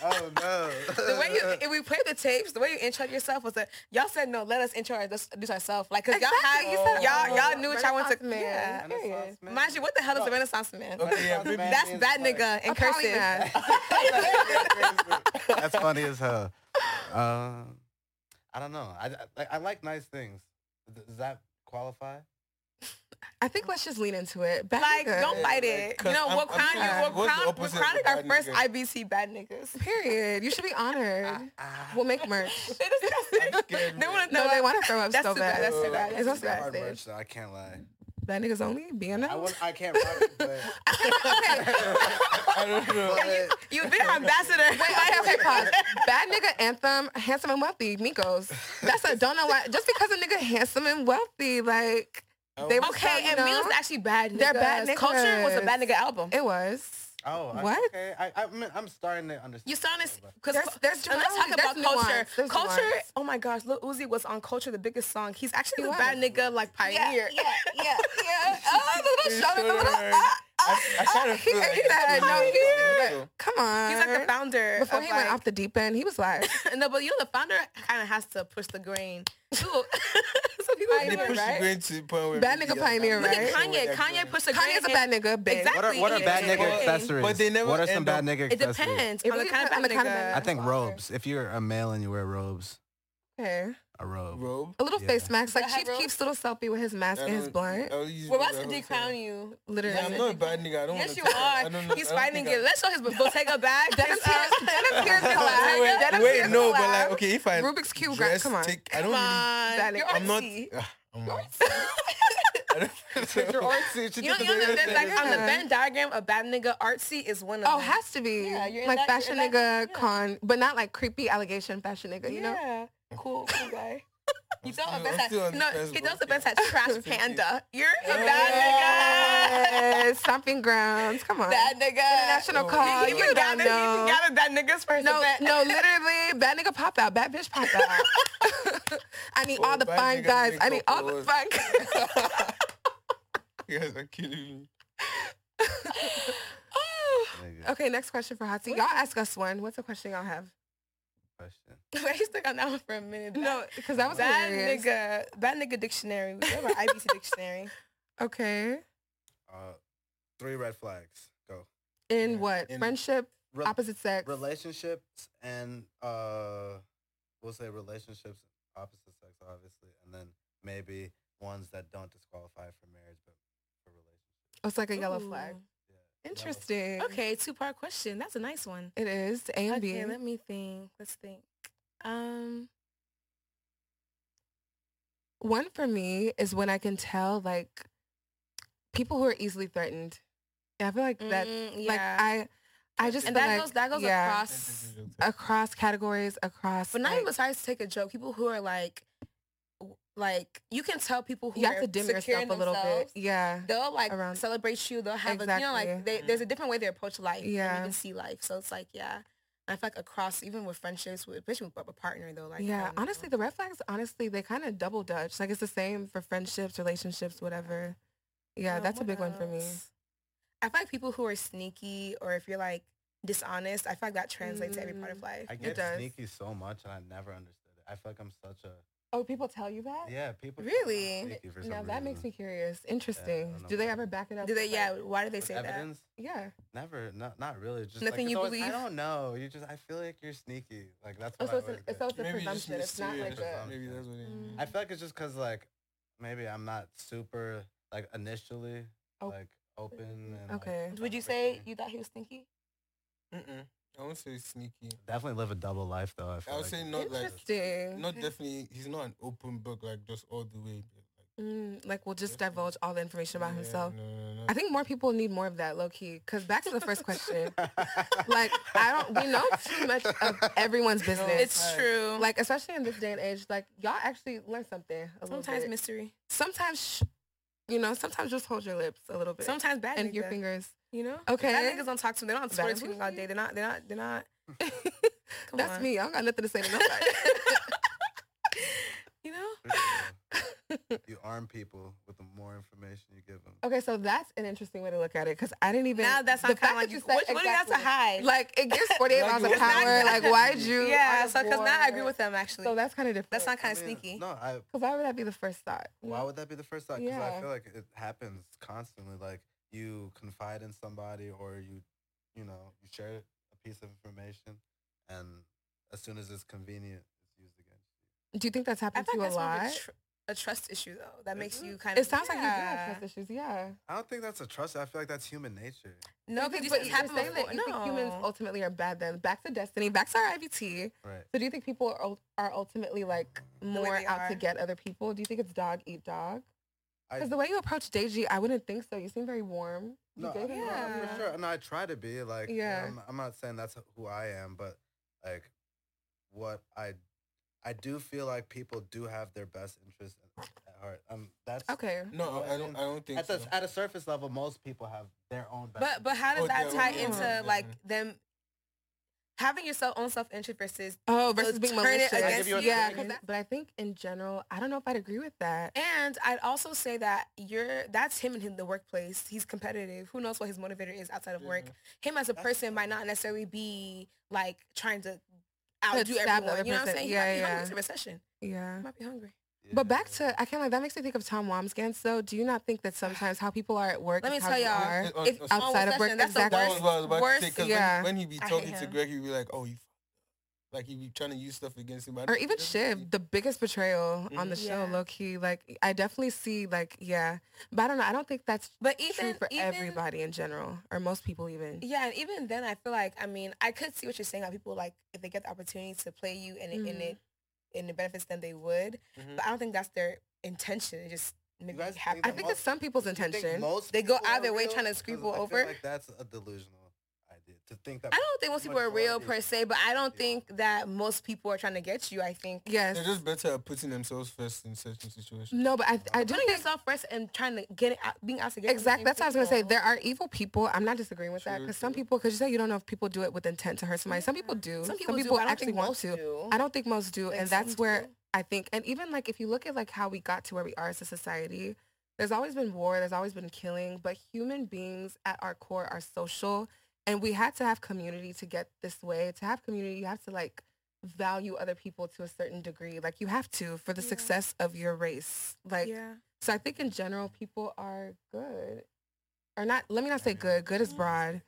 S3: oh no.
S1: The way you, if we play the tapes, the way you intro yourself was that y'all said no. Let us intro our- let's introduce ourselves, like because
S2: Exactly,
S1: y'all
S3: you
S1: had
S3: said
S1: y'all
S3: that.
S1: y'all knew what y'all wanted to.
S2: Renaissance man.
S1: Yeah.
S2: period.
S3: Renaissance man.
S1: Mind you, what the hell is a
S3: No.
S1: Renaissance man?
S4: Okay, yeah,
S3: Renaissance man
S1: That's
S3: is
S1: that
S3: like-
S1: nigga in
S2: A
S1: cursive.
S2: polymath.
S3: That's funny as hell. Um, I don't know. I, I like I like nice things. Th- Does that qualify?
S2: I think let's just lean into it. Bad
S1: Like,
S2: nigga.
S1: don't
S4: Yeah,
S1: fight
S4: like,
S1: it. You
S4: cause
S1: know,
S4: I'm-
S1: we'll
S4: I'm
S1: crown
S2: trying-
S1: you. We'll
S4: what's the
S1: crown, we're
S4: opposite of
S1: crowning
S4: bad
S1: our first
S4: nigga?
S1: IBC bad niggas.
S2: Period. You should be honored.
S3: Ah,
S2: We'll make merch.
S1: They're disgusting.
S4: scared,
S1: They
S4: man.
S1: want to
S2: No,
S1: know
S2: they want to throw up
S1: That's
S2: so
S1: too bad,
S2: bad.
S1: that's too bad,
S2: It's
S1: that's
S2: also
S1: too bad.
S2: bad.
S3: hard
S2: stage.
S3: merch, though, I can't lie.
S2: Bad niggas only being
S3: I,
S2: honest.
S3: wouldn't- I can't rock it, but,
S4: I don't know.
S3: but
S1: You've been ambassador.
S2: Okay, okay, pause. Bad nigga anthem, handsome and wealthy, Migos. That's a don't know why. Just because a nigga handsome and wealthy, like they were
S1: Okay, and
S2: you know?
S1: Migos are actually bad niggas.
S2: They're bad
S1: Culture was a bad
S2: niggas.
S1: nigga album.
S2: It was.
S3: oh, I-
S2: What?
S3: Okay, I, I mean, I'm starting to understand.
S1: You sound this
S3: but-
S1: because
S2: There's- there's
S1: let's talk
S2: nuance,
S1: about
S2: there's
S1: culture.
S2: nuance, there's
S1: culture.
S2: nuance.
S1: Oh my gosh, Lil Uzi was on Culture, the biggest song. He's actually
S2: He
S1: the bad
S2: was.
S1: nigga like pioneer.
S2: yeah, yeah. Oh, the little
S4: It's
S2: shove, the little.
S4: so hard.
S2: ah, ah,
S4: I kind
S2: ah.
S4: of
S2: He
S4: feel like
S2: he said,
S4: it's
S2: no,
S4: really
S2: he
S4: influential.
S2: Come on.
S1: He's like the founder.
S2: Before
S1: of,
S2: he
S1: like-
S2: went off the deep end, he was like,
S1: no, but you know the founder kind of has to push the grain. Too. so people
S4: And they
S1: do it,
S4: push the
S1: right?
S4: grain to the point where
S2: Bad
S4: everything
S2: nigga
S4: else
S2: pioneer,
S4: happens.
S1: Look at
S2: right?
S1: Kanye. Kanye pushed the grain.
S2: Kanye's a bad nigga, bitch.
S1: Exactly.
S3: What are, what are
S1: It
S3: bad
S1: is
S3: nigga
S1: everything.
S3: accessories?
S4: But they never
S3: what are some
S4: end
S3: bad
S4: up-
S3: nigga
S1: It
S3: accessories?
S1: depends
S2: It
S1: on the
S2: really
S1: kind
S2: depends
S1: of bad
S2: on the kind of
S1: nigga.
S2: bad
S3: I think robes. If you're a male and you wear robes,
S2: Okay.
S3: a robe.
S4: Robe.
S2: A little
S3: Yeah.
S2: face mask. Like
S1: Does that
S2: Chief
S1: have
S2: keeps little selfie with his mask and his blunt.
S1: We're about to decrown you.
S2: Literally.
S4: I'm not a bad nigga. I don't
S1: Yes, you
S4: wanna- I
S1: are.
S4: don't know-
S1: He's
S4: I don't
S1: fighting
S4: think I-
S1: it. Let's show his Bottega bag.
S2: Dennis
S1: His, uh,
S2: Pierce, Dennis Pierce collab.
S4: Wait,
S2: Dennis
S4: wait,
S2: Pierce
S4: no, but
S2: collab.
S4: like, okay, if I
S2: Rubik's Cube, guy,
S4: dress,
S2: come on.
S4: Take, I don't
S1: Come
S4: really.
S1: on.
S2: really-
S1: You're
S4: I'm not.
S1: artsy.
S4: Ugh, I'm not. I don't-
S3: You're artsy. She
S1: You know,
S3: did
S1: you know
S3: the
S1: that,
S3: video.
S1: like on the
S2: Yeah.
S1: Venn diagram, a bad nigga artsy is one of
S2: Oh,
S1: them.
S2: has to be.
S1: Yeah, you're in
S2: like
S1: that- you're
S2: fashion
S1: in
S2: nigga
S1: that- yeah.
S2: con, but not like creepy allegation fashion nigga,
S1: yeah.
S2: you know?
S1: Cool, cool guy. You
S4: still-
S1: don't
S4: I'm
S1: offense
S4: still
S1: at
S4: on
S1: no,
S4: the fence,
S1: he
S4: bro.
S1: does offense at Trash Panda. You're a bad
S2: Yes, stomping grounds. Come on.
S1: nigga. Bad nigga.
S2: National
S4: Oh.
S2: call.
S1: He
S2: You
S1: even
S2: don't
S1: gathered, he even
S2: know.
S1: gathered that nigga's first
S2: No,
S1: event.
S2: no, literally, bad nigga pop out, bad bitch pop out. I need all
S4: Oh,
S2: the
S4: bad
S2: fine
S4: nigga
S2: guys. I
S4: make
S2: need all the
S4: couples.
S2: fine guys.
S4: You guys are killing me.
S3: Nigga,
S2: Okay, next question for Hottie. Y'all ask us one. What's a question y'all have?
S3: question.
S1: Wait, he stuck on that one for a minute.
S2: No, because that was
S1: Bad
S2: hilarious.
S1: nigga, bad nigga dictionary. We have our IBC dictionary.
S2: Okay.
S3: Uh, three red flags. Go.
S2: In
S4: Yeah,
S2: what?
S4: in-
S2: Friendship,
S3: Re-
S2: opposite sex.
S3: relationships and uh, we'll say relationships, opposite sex, obviously, and then maybe ones that don't disqualify for marriage, but for relationships.
S2: Oh, it's like a yellow flag.
S1: Ooh.
S3: Yeah.
S2: Interesting.
S1: Okay, two part question. That's a nice one.
S2: It is A and B.
S1: Okay, let me think. Let's think. Um,
S2: One for me is when I can tell like people who are easily threatened. Yeah, I feel like that.
S1: mm,
S2: Like
S1: yeah.
S2: I, I just
S1: and
S2: feel
S1: that
S2: like-
S1: goes that goes
S2: yeah,
S1: across.
S2: across categories, across.
S1: But not
S2: like,
S1: even besides to take a joke. People who are like, w- like you can tell people who
S2: you
S1: are
S2: have to dim
S1: secure in
S2: yourself a little bit.
S1: themselves.
S2: Yeah.
S1: They'll like
S2: around-
S1: celebrate you. They'll have a, you know like
S2: Exactly.
S1: they, there's a different way they approach life. and
S2: Yeah.
S1: you can see life. So it's like yeah. I feel like across even with friendships, with especially with a partner though. Like
S2: yeah,
S1: um,
S2: honestly, the red flags, honestly, they kind of double dutch. Like it's the same for friendships, relationships, whatever. Yeah,
S1: Um,
S2: that's a
S1: what
S2: big one for me.
S1: else? I feel like people who are sneaky or if you're like dishonest, I feel like that translates to every part of life.
S3: I
S2: Mm. It
S3: get
S2: does.
S3: sneaky so much, and I never understood it. I feel like I'm such a
S2: Oh, people tell you that?
S3: yeah. People think I'm
S1: Really?
S3: sneaky for some
S2: Now that makes
S3: reason.
S2: me curious. Interesting.
S3: don't know
S2: Do they
S3: why.
S2: ever back it up?
S1: Do they?
S2: with,
S1: Yeah.
S2: like-
S1: Why do they
S3: With
S1: say that?
S3: evidence?
S2: yeah.
S3: Never, not not really. Just
S1: Nothing
S3: like,
S1: you
S3: it's always,
S1: believe?
S3: I don't know. You just I feel like you're sneaky. Like that's
S2: Oh,
S3: what
S2: so
S3: I
S2: it's, a,
S3: always get.
S2: so it's a
S4: Maybe just
S2: presumption. It's not like
S4: mysterious.
S2: a.
S3: a-
S4: Maybe that's what it
S1: Mm.
S4: is.
S3: I feel like it's just because like maybe I'm not super like initially
S2: Oh. mm-hmm.
S3: like open. And, like, mm.
S2: Okay.
S1: Would you
S3: everything.
S1: say you thought he was stinky?
S4: Mm-mm. I won't say sneaky.
S3: Definitely live a double life though. I, feel
S4: I would
S3: like.
S4: say not like
S2: Interesting.
S4: not definitely. He's not an open book like just all the way. but, like,
S2: Mm, like, we'll just
S4: Interesting.
S2: divulge all the information about
S4: yeah,
S2: himself.
S4: No, no, no.
S2: I think more people need more of that, low key. Because back to the first question, like I don't, we know too much of everyone's business.
S1: It's
S4: Right.
S1: true. Like
S2: like especially in this day and age, like y'all actually learn something. A little
S1: sometimes
S2: bit.
S1: mystery.
S2: sometimes, sh- you know, sometimes just hold your lips a little bit
S1: Sometimes bad
S2: and
S1: nigga.
S2: your fingers.
S1: You know.
S2: Okay.
S1: Bad niggas don't talk to them. They don't
S2: Bad
S1: swear to me all day. They're not. They're not. They're not. Come
S2: That's
S1: on.
S2: me. I don't got nothing to say to nobody.
S1: You know.
S3: you arm people with the more information you give them.
S2: Okay, so that's an interesting way to look at it because I didn't even.
S1: Now that's
S2: the
S1: not kind
S2: fact that
S1: of like you.
S2: you
S1: What,
S2: said
S1: what do you have to
S2: exactly.
S1: hide?
S2: Like it gives 48
S3: Like,
S2: hours of
S3: it's not
S2: power. Like
S1: exactly-
S2: why'd you?
S1: yeah,
S2: on
S1: so because now I agree
S2: board?
S1: with them actually.
S2: So that's kind of different.
S1: that's not kind of
S3: I mean,
S1: sneaky.
S3: No, I.
S2: Because why would that be the first thought? you
S3: Why
S2: know?
S3: would that be the first thought? Because
S2: Yeah.
S3: I feel like it happens constantly. Like you confide in somebody, or you, you know, you share a piece of information, and as soon as it's convenient, it's used against you.
S2: Do you think that's
S1: I
S2: happened to
S1: think
S2: you a
S1: that's more of
S2: lot?
S1: a, tr- a trust issue though. That
S3: Is
S1: makes
S3: it?
S1: you kind of.
S2: It sounds like you do
S1: Yeah.
S2: have trust issues. Yeah.
S3: I don't think that's a trust. I feel like that's human nature.
S1: No,
S2: Because-
S1: because
S2: but
S1: it's
S2: you're
S1: happened
S2: saying
S1: before.
S2: that you think humans
S1: No.
S2: ultimately are bad. Then back to destiny, back to our IBT.
S3: Right.
S2: So do you think people are, ul- are ultimately like
S1: way
S2: more
S1: they
S2: out
S1: are.
S2: to get other people? Do you think it's dog eat dog?
S3: I-
S2: Because the way you approach Deji, I wouldn't think so. You seem very warm. You
S3: No, I-
S2: gave him
S3: no,
S2: warm,
S1: Yeah.
S3: for sure. No, I try to be like.
S2: Yeah.
S3: Yeah. I'm, I'm not saying that's who I am, but like, what I, I do feel like people do have their best interest at at heart. Um, that's
S2: Okay.
S4: No, I I don't. I don't think
S3: at
S4: so.
S3: the at a surface level, most people have their own best.
S1: But but how does
S4: Oh,
S1: that
S4: yeah,
S1: tie
S2: yeah,
S1: into
S4: yeah.
S1: like them having your self- own self interest versus
S2: Oh,
S1: So
S2: versus being
S1: turn it
S2: malicious.
S1: against
S3: I'll give you an
S2: yeah,
S3: opinion.
S2: 'cause that- but I think in general, I don't know if I'd agree with that.
S1: and I'd also say that you're that's him in him- the workplace. He's competitive. Who knows what his motivator is outside of work? Him as a
S3: That's-
S1: person might not necessarily be like trying to outdo
S2: stab the
S1: everyone.
S2: other
S1: You know what I'm
S2: person.
S1: saying? He
S2: Yeah,
S1: might be hungry.
S2: yeah.
S1: It's a recession.
S2: Yeah.
S1: He might be hungry.
S2: But back to I can't like that makes me think of Tom Womskans though. Do you not think that sometimes how people are at work?
S1: Let
S2: is
S1: me
S2: how
S1: tell
S2: you
S1: y'all,
S2: are?
S3: uh,
S4: It- on-
S1: If
S4: on-
S1: on
S2: Outside of
S1: recession,
S2: work,
S1: that's the
S2: exactly.
S4: That was
S1: worst.
S4: what I was about
S1: worst
S4: to say. Because
S2: yeah.
S4: when, when he be
S1: I hate
S4: talking to
S1: him.
S4: Greg, he'd be like, "Oh, you, f- like he be trying to use stuff against him." I
S2: or
S4: don't-
S2: even
S4: that's-
S2: Shiv, the biggest betrayal on the
S1: Mhm.
S2: show,
S1: Yeah.
S2: low key. Like I definitely see, like yeah, but I don't know. I don't think that's
S1: But
S2: true
S1: even
S2: for
S1: even
S2: everybody in general, or most people even.
S1: Yeah, and even then, I feel like I mean, I could see what you're saying. How people like if they get the opportunity to play you and it and
S2: Mhm.
S1: it and it benefits them, they would.
S4: Mhm.
S1: But I don't think that's their intention. It just maybe
S3: guys
S1: happens.
S2: I
S3: think
S2: think
S3: most-
S2: it's some people's
S3: Do you think
S2: intention.
S3: most
S1: They go
S3: people
S1: out
S3: are
S1: their way
S3: real?
S1: trying to
S3: 'Cause
S1: screw people
S3: I feel
S1: over.
S3: like that's a delusional idea to think that.
S1: I don't think most people are real per
S3: majority-
S1: se, but I don't think that most people are trying to get you. I think
S2: Yes.
S4: They're just better at putting themselves first in certain situations.
S2: No, but I I do
S1: putting
S2: think
S1: yourself first and trying to get it out, being out to get
S2: Exactly. That's what I was gonna say.
S1: There.
S2: There are evil people. I'm not disagreeing with that
S4: True,
S2: because some
S4: true.
S2: people, because you say you don't know if people do it with intent to hurt somebody. Some people do. Some people, actually want to. I don't think most do,
S1: Like,
S2: and
S1: some
S2: that's where
S1: do.
S2: I think. And even like if you look at like how we got to where we are as a society, there's always been war, there's always been killing, but human beings at our core are social, and we had to have community to get this way. To have community, you have to like value other people to a certain degree. Like you have to for the
S1: Yeah.
S2: success of your race. Like.
S1: yeah.
S2: So I think in general, people are good, or not. Let me not say good. Good is broad,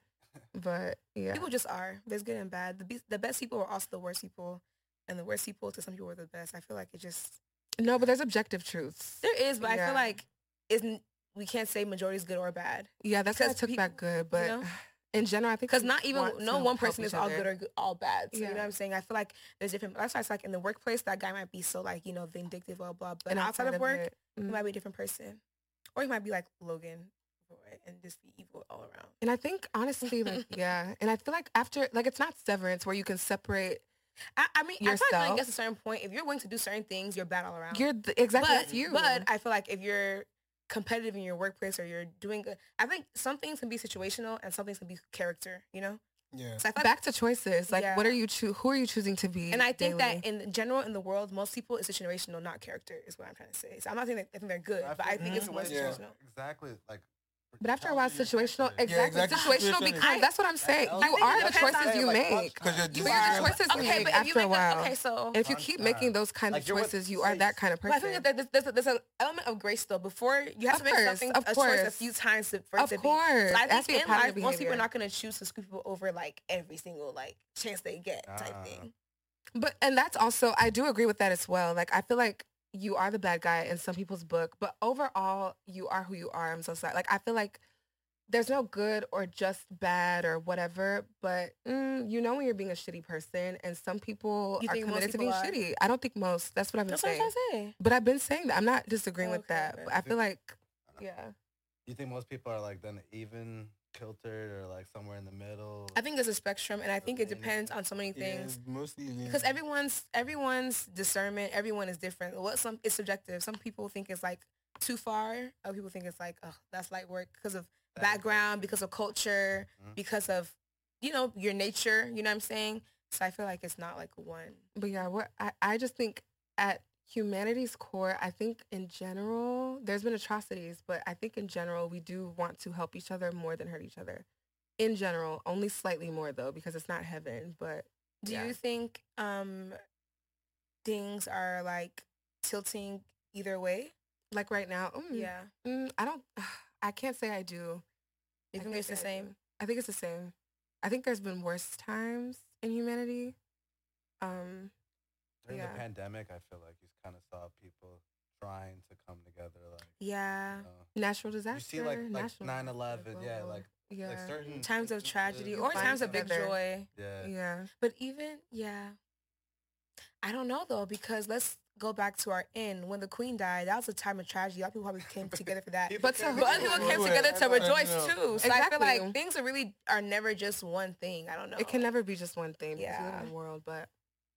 S2: but yeah.
S1: People just are. There's good and bad. The, be- the best people are also the worst people, and the worst people to some people are the best. I feel like it just
S2: No, but there's objective truths.
S1: there is, but I
S2: Yeah.
S1: feel like isn't we can't say majority is good or bad
S2: Yeah, that's why I
S1: Because
S2: took
S1: peop-
S2: back good, but
S1: know?
S2: in general, I think
S1: because
S2: we
S1: not even
S2: want to
S1: no one
S2: help
S1: person
S2: each
S1: is all
S2: other.
S1: good or good, all bad. So you
S2: Yeah.
S1: know what I'm saying? I feel like there's different. That's why it's like in the workplace that guy might be so like you know vindictive, blah blah. But outside, of work,
S2: it-
S1: he
S2: mm.
S1: might be a different person, or he might be like Logan right, and just be evil all around.
S2: and I think honestly, like yeah, and I feel like after like it's not severance where you can separate.
S1: I, I mean, I feel like
S2: Yourself.
S1: gets a certain point. If you're willing to do certain things, you're bad all around.
S2: You're th- exactly
S1: but,
S2: it's you,
S1: But I feel like if you're competitive in your workplace or you're doing good, I think some things can be situational and some things can be character, you know?
S2: Mm-hmm.
S4: Yeah.
S1: So I feel like,
S2: back to choices. Like,
S1: Yeah.
S2: what are you choo- Who are you choosing to be?
S1: and I think
S2: daily?
S1: that in general in the world, most people it's situational, not character, is what I'm trying to say. So I'm not saying that I think they're good, but I
S3: feel
S1: think
S3: like
S1: it's
S3: either
S1: more
S3: way,
S4: Yeah.
S1: situational.
S4: it's
S3: Exactly. Like.
S2: But after a while, situational, exactly,
S4: exactly.
S2: situational
S4: Situational is-
S2: becomes, that's what I'm saying.
S3: I
S2: You
S3: think it
S2: are the
S1: depends on-
S2: choices you make.
S4: Because you're
S2: You are the
S4: Right.
S2: choices you
S1: Okay,
S2: make
S1: but if you
S2: after a
S1: make a-
S2: while.
S1: okay, so
S2: And if you keep making those kind of
S3: Like, you're what-
S2: choices, you are that kind of
S1: But I
S2: person.
S1: think that there's, there's, there's an element of grace though. Before you have
S2: Of
S1: to make
S2: course,
S1: something
S2: of
S1: a choice a
S2: course.
S1: few times to, for it
S2: Of
S1: to be.
S2: course.
S1: So I
S2: It has
S1: think
S2: to be a
S1: in
S2: pattern of
S1: life, most people are
S2: behavior.
S1: not going to choose to screw people over like every single like chance they get type
S3: Ah.
S1: thing.
S2: But and that's also I do agree with that as well. Like I feel like you are the bad guy in some people's book, but overall you are who you are. I'm so sorry. Like I feel like there's no good or just bad or whatever, but mm, you know when you're being a shitty person, and some people
S1: You
S2: are
S1: think most
S2: committed to
S1: people
S2: being
S1: are?
S2: shitty. I don't think most. That's what I've been
S1: That's what I'm
S2: saying.
S1: trying to say.
S2: But I've been saying that. I'm not disagreeing with
S1: Okay,
S2: that.
S1: okay.
S2: But I feel like, yeah.
S3: You think most people are like then even kiltered or like somewhere in the middle?
S1: I think there's a spectrum, and I think it depends on so many
S4: Yeah,
S1: things.
S4: it's mostly
S1: Because everyone's everyone's discernment, everyone is different. What some it's subjective. Some people think it's like too far. Other people think it's like, oh, that's light work because of
S3: That is
S1: background, because of culture,
S3: Mhm.
S1: because of you know your nature. You know what I'm saying? So I feel like it's not like one.
S2: But yeah, what I, I just think at humanity's core, I think in general, there's been atrocities, but I think in general, we do want to help each other more than hurt each other. In general, only slightly more though, because it's not heaven, but
S1: Do
S2: Yeah.
S1: you think um things are like tilting either way?
S2: like right now, mm,
S1: Yeah.
S2: mm, I don't, I can't say I do.
S1: You
S2: I
S1: think it's the
S2: I do.
S1: same?
S2: I think it's the same. I think there's been worse times in humanity. Um,
S3: During
S2: Yeah.
S3: the pandemic, I feel like you kind of saw people trying to come together, like
S1: Yeah.
S3: you know,
S2: natural disaster.
S3: you see like like
S2: national
S3: nine
S2: disaster,
S3: eleven,
S2: blah,
S3: yeah,
S2: blah,
S3: like
S2: blah. yeah,
S3: like certain
S1: oh, Times of
S3: instances,
S1: tragedy
S2: You
S1: or
S2: find
S1: times of big
S2: together.
S1: joy.
S3: yeah,
S2: yeah.
S1: But even yeah. I don't know though, because let's go back to our end. When the queen died, that was a time of tragedy. A lot of people probably came together for that.
S2: But to
S1: But other people came together to rejoice
S4: Yeah.
S1: too. So I feel
S2: Exactly.
S1: like things are really are never just one thing. I don't know.
S2: It can never be just one thing. Yeah. we live
S1: Yeah.
S2: in the world, but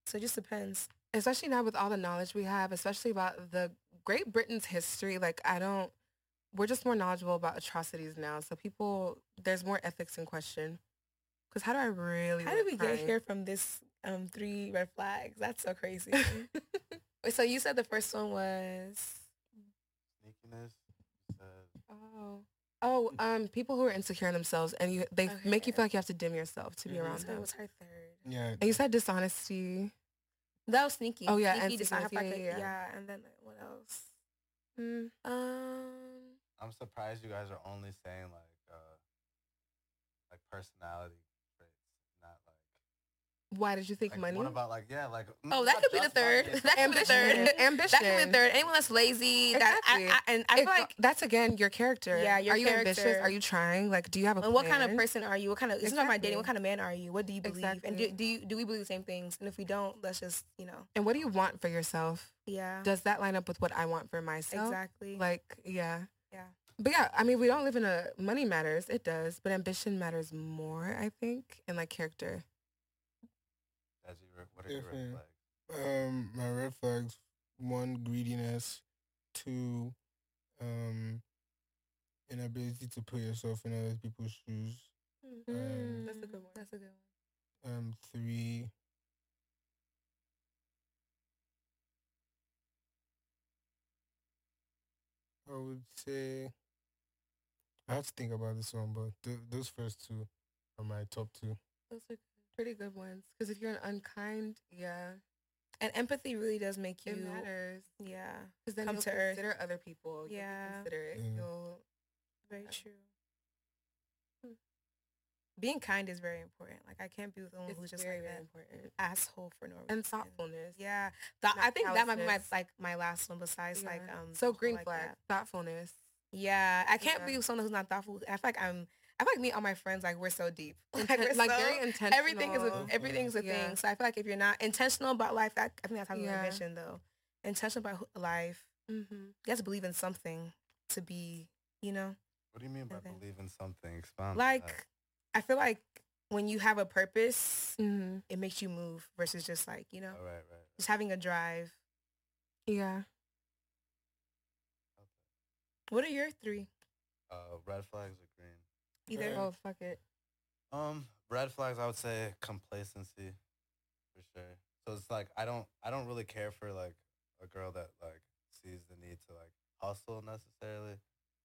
S1: So it just depends.
S2: especially now with all the knowledge we have, especially about the Great Britain's history, like I don't, we're just more knowledgeable about atrocities now. So people, there's more ethics in question. Because how do I really?
S1: How did
S2: live
S1: we get
S2: right?
S1: here from this um three red flags? That's so crazy. Wait, so you said the first one was
S3: sneakiness. Uh,
S2: Oh, oh, um, people who are insecure in themselves and you, they make you
S1: Okay. Mm-hmm.
S2: feel like you have to dim yourself to be
S3: Mhm.
S2: around
S1: so it
S2: them.
S1: was her third.
S4: Yeah.
S2: And you said dishonesty.
S1: That was sneaky.
S2: Oh, yeah,
S1: sneaky,
S2: and
S1: dishonest,
S2: sneakiness,
S1: hypocrisy.
S2: yeah,
S1: yeah,
S2: yeah,
S1: and then like, what else?
S2: Mm.
S1: Um,
S3: I'm surprised you guys are only saying like uh, like personality traits, not like
S2: Why did you think
S3: like,
S2: money?
S3: What about like yeah, like mm,
S1: Oh, that
S3: not
S1: could be the
S3: just money,
S1: third.
S3: it's
S1: That could be the third.
S2: Ambition.
S1: That could be
S2: Ambition.
S1: the third. Anyone that's lazy, that I,
S2: Exactly.
S1: I, and I feel
S2: If-
S1: like,
S2: that's again your character.
S1: Yeah, your
S2: Are you ambitious?
S1: character.
S2: Are you trying? Like, do you have a
S1: and um, what kind of
S2: plan?
S1: person are you? What kind of? It's not about
S2: Exactly.
S1: dating. What kind of man are you? What do you believe? And do,
S2: Exactly.
S1: do you do we believe the same things? And if we don't, let's just you know,
S2: And what do you want for yourself?
S1: yeah,
S2: Does that line up with what I want for myself?
S1: Uh-huh. exactly.
S2: Like, yeah.
S1: Yeah.
S2: But yeah, I mean, we don't live in a money matters. It does, but ambition matters more, I think, and like character.
S3: As you re- what are your red
S4: Definitely.
S3: flags?
S4: Um, my red flags: one, greediness; two, um, inability to put yourself in other people's shoes;
S1: Hmm.
S4: Mm,
S2: Mm-hmm. that's a good one.
S1: That's a good one.
S4: um, three. I would say I have to think about this one, but th- those first two are my top two.
S2: Those are pretty good ones. Because if you're an unkind, yeah,
S1: And empathy really does make you.
S2: it matters.
S1: Yeah,
S2: Because then
S1: Come
S2: you'll
S1: to earth.
S2: consider other people. You'll be
S1: Yeah.
S2: considerate.
S4: Mm.
S2: You'll
S1: very true. Hmm. Being kind is very important. Like I can't be with someone
S2: it's
S1: who's just
S2: very,
S1: like
S2: very
S1: an
S2: important.
S1: asshole for no reason.
S2: And thoughtfulness.
S1: Yeah, Thought- I think that might be my
S2: callousness.
S1: like my last one. Besides like
S2: Yeah.
S1: um,
S2: so
S1: people
S2: green
S1: like
S2: flag,
S1: that.
S2: thoughtfulness.
S1: Yeah, I can't
S2: Yeah.
S1: be someone who's not thoughtful. I feel like I'm. I feel like me and all my friends like we're so deep. Like, we're
S2: Inten- like
S1: so-
S2: very intentional.
S1: everything is a,
S4: intentional.
S1: everything's a
S2: Yeah.
S1: thing. So I feel like if you're not intentional about life, that I think that's how you
S2: Yeah.
S1: ambition though. Intentional about who- life,
S2: hmm
S1: you have to believe in something to be. You know,
S3: What do you mean by
S1: Okay.
S3: believe in something? Expound. on that.
S1: like I feel like when you have a purpose,
S2: hmm
S1: it makes you move versus just like you know
S3: oh, right, right.
S1: just having a drive.
S2: Yeah.
S1: What are your three?
S3: Uh, red flags or green?
S1: Either
S4: Yeah.
S2: Oh fuck it.
S3: Um, red flags. I would say complacency, for sure. So it's like I don't, I don't really care for like a girl that like sees the need to like hustle necessarily,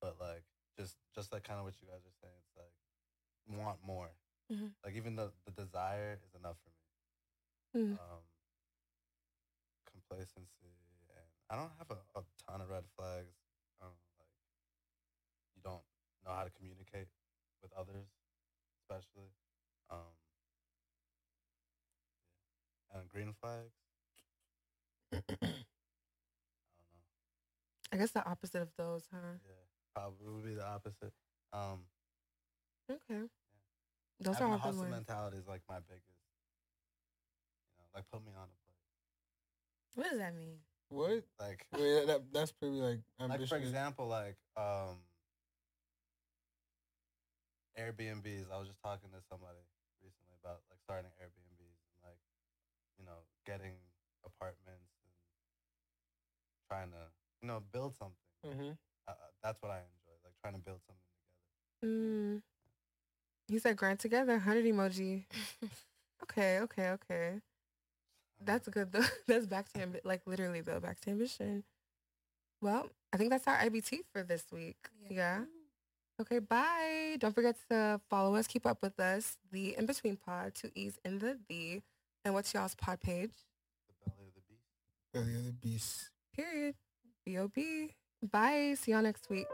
S3: but like just, just like kind of what you guys are saying. It's like want more.
S1: Mhm.
S3: Like even the the desire is enough for me.
S2: Mm.
S3: Um, complacency, and I don't have a, a ton of red flags. Um, like you don't know how to communicate with others, especially. Um, and green flags. I don't know.
S2: I guess the opposite of those, huh?
S3: Yeah, probably would be the opposite. Um,
S2: Okay. Those
S3: having
S2: are
S3: a
S2: all good
S3: hustle
S2: ones.
S3: mentality is like my biggest. You know, like put me on a plate.
S1: What does that mean?
S4: What?
S3: Like
S4: Wait, that, that's probably like
S3: like
S4: ambitious.
S3: for example, like um, Airbnbs. I was just talking to somebody recently about like starting Airbnbs and like you know getting apartments and trying to you know build something.
S2: Mm-hmm.
S4: hmm
S3: Uh, uh, that's what I enjoy, like trying to build something together.
S2: Mm. He said grind together, hundred emoji. okay, okay, okay. That's good though. That's back to ambi- like literally though, back to ambition. Well, I think that's our IBT for this week. Yeah. Okay, bye. Don't forget to follow us, keep up with us, the in between pod, two E's in the the. And what's y'all's pod page?
S3: The belly of the beast.
S4: Belly of the beast.
S2: Period. B O B. Bye. See y'all next week.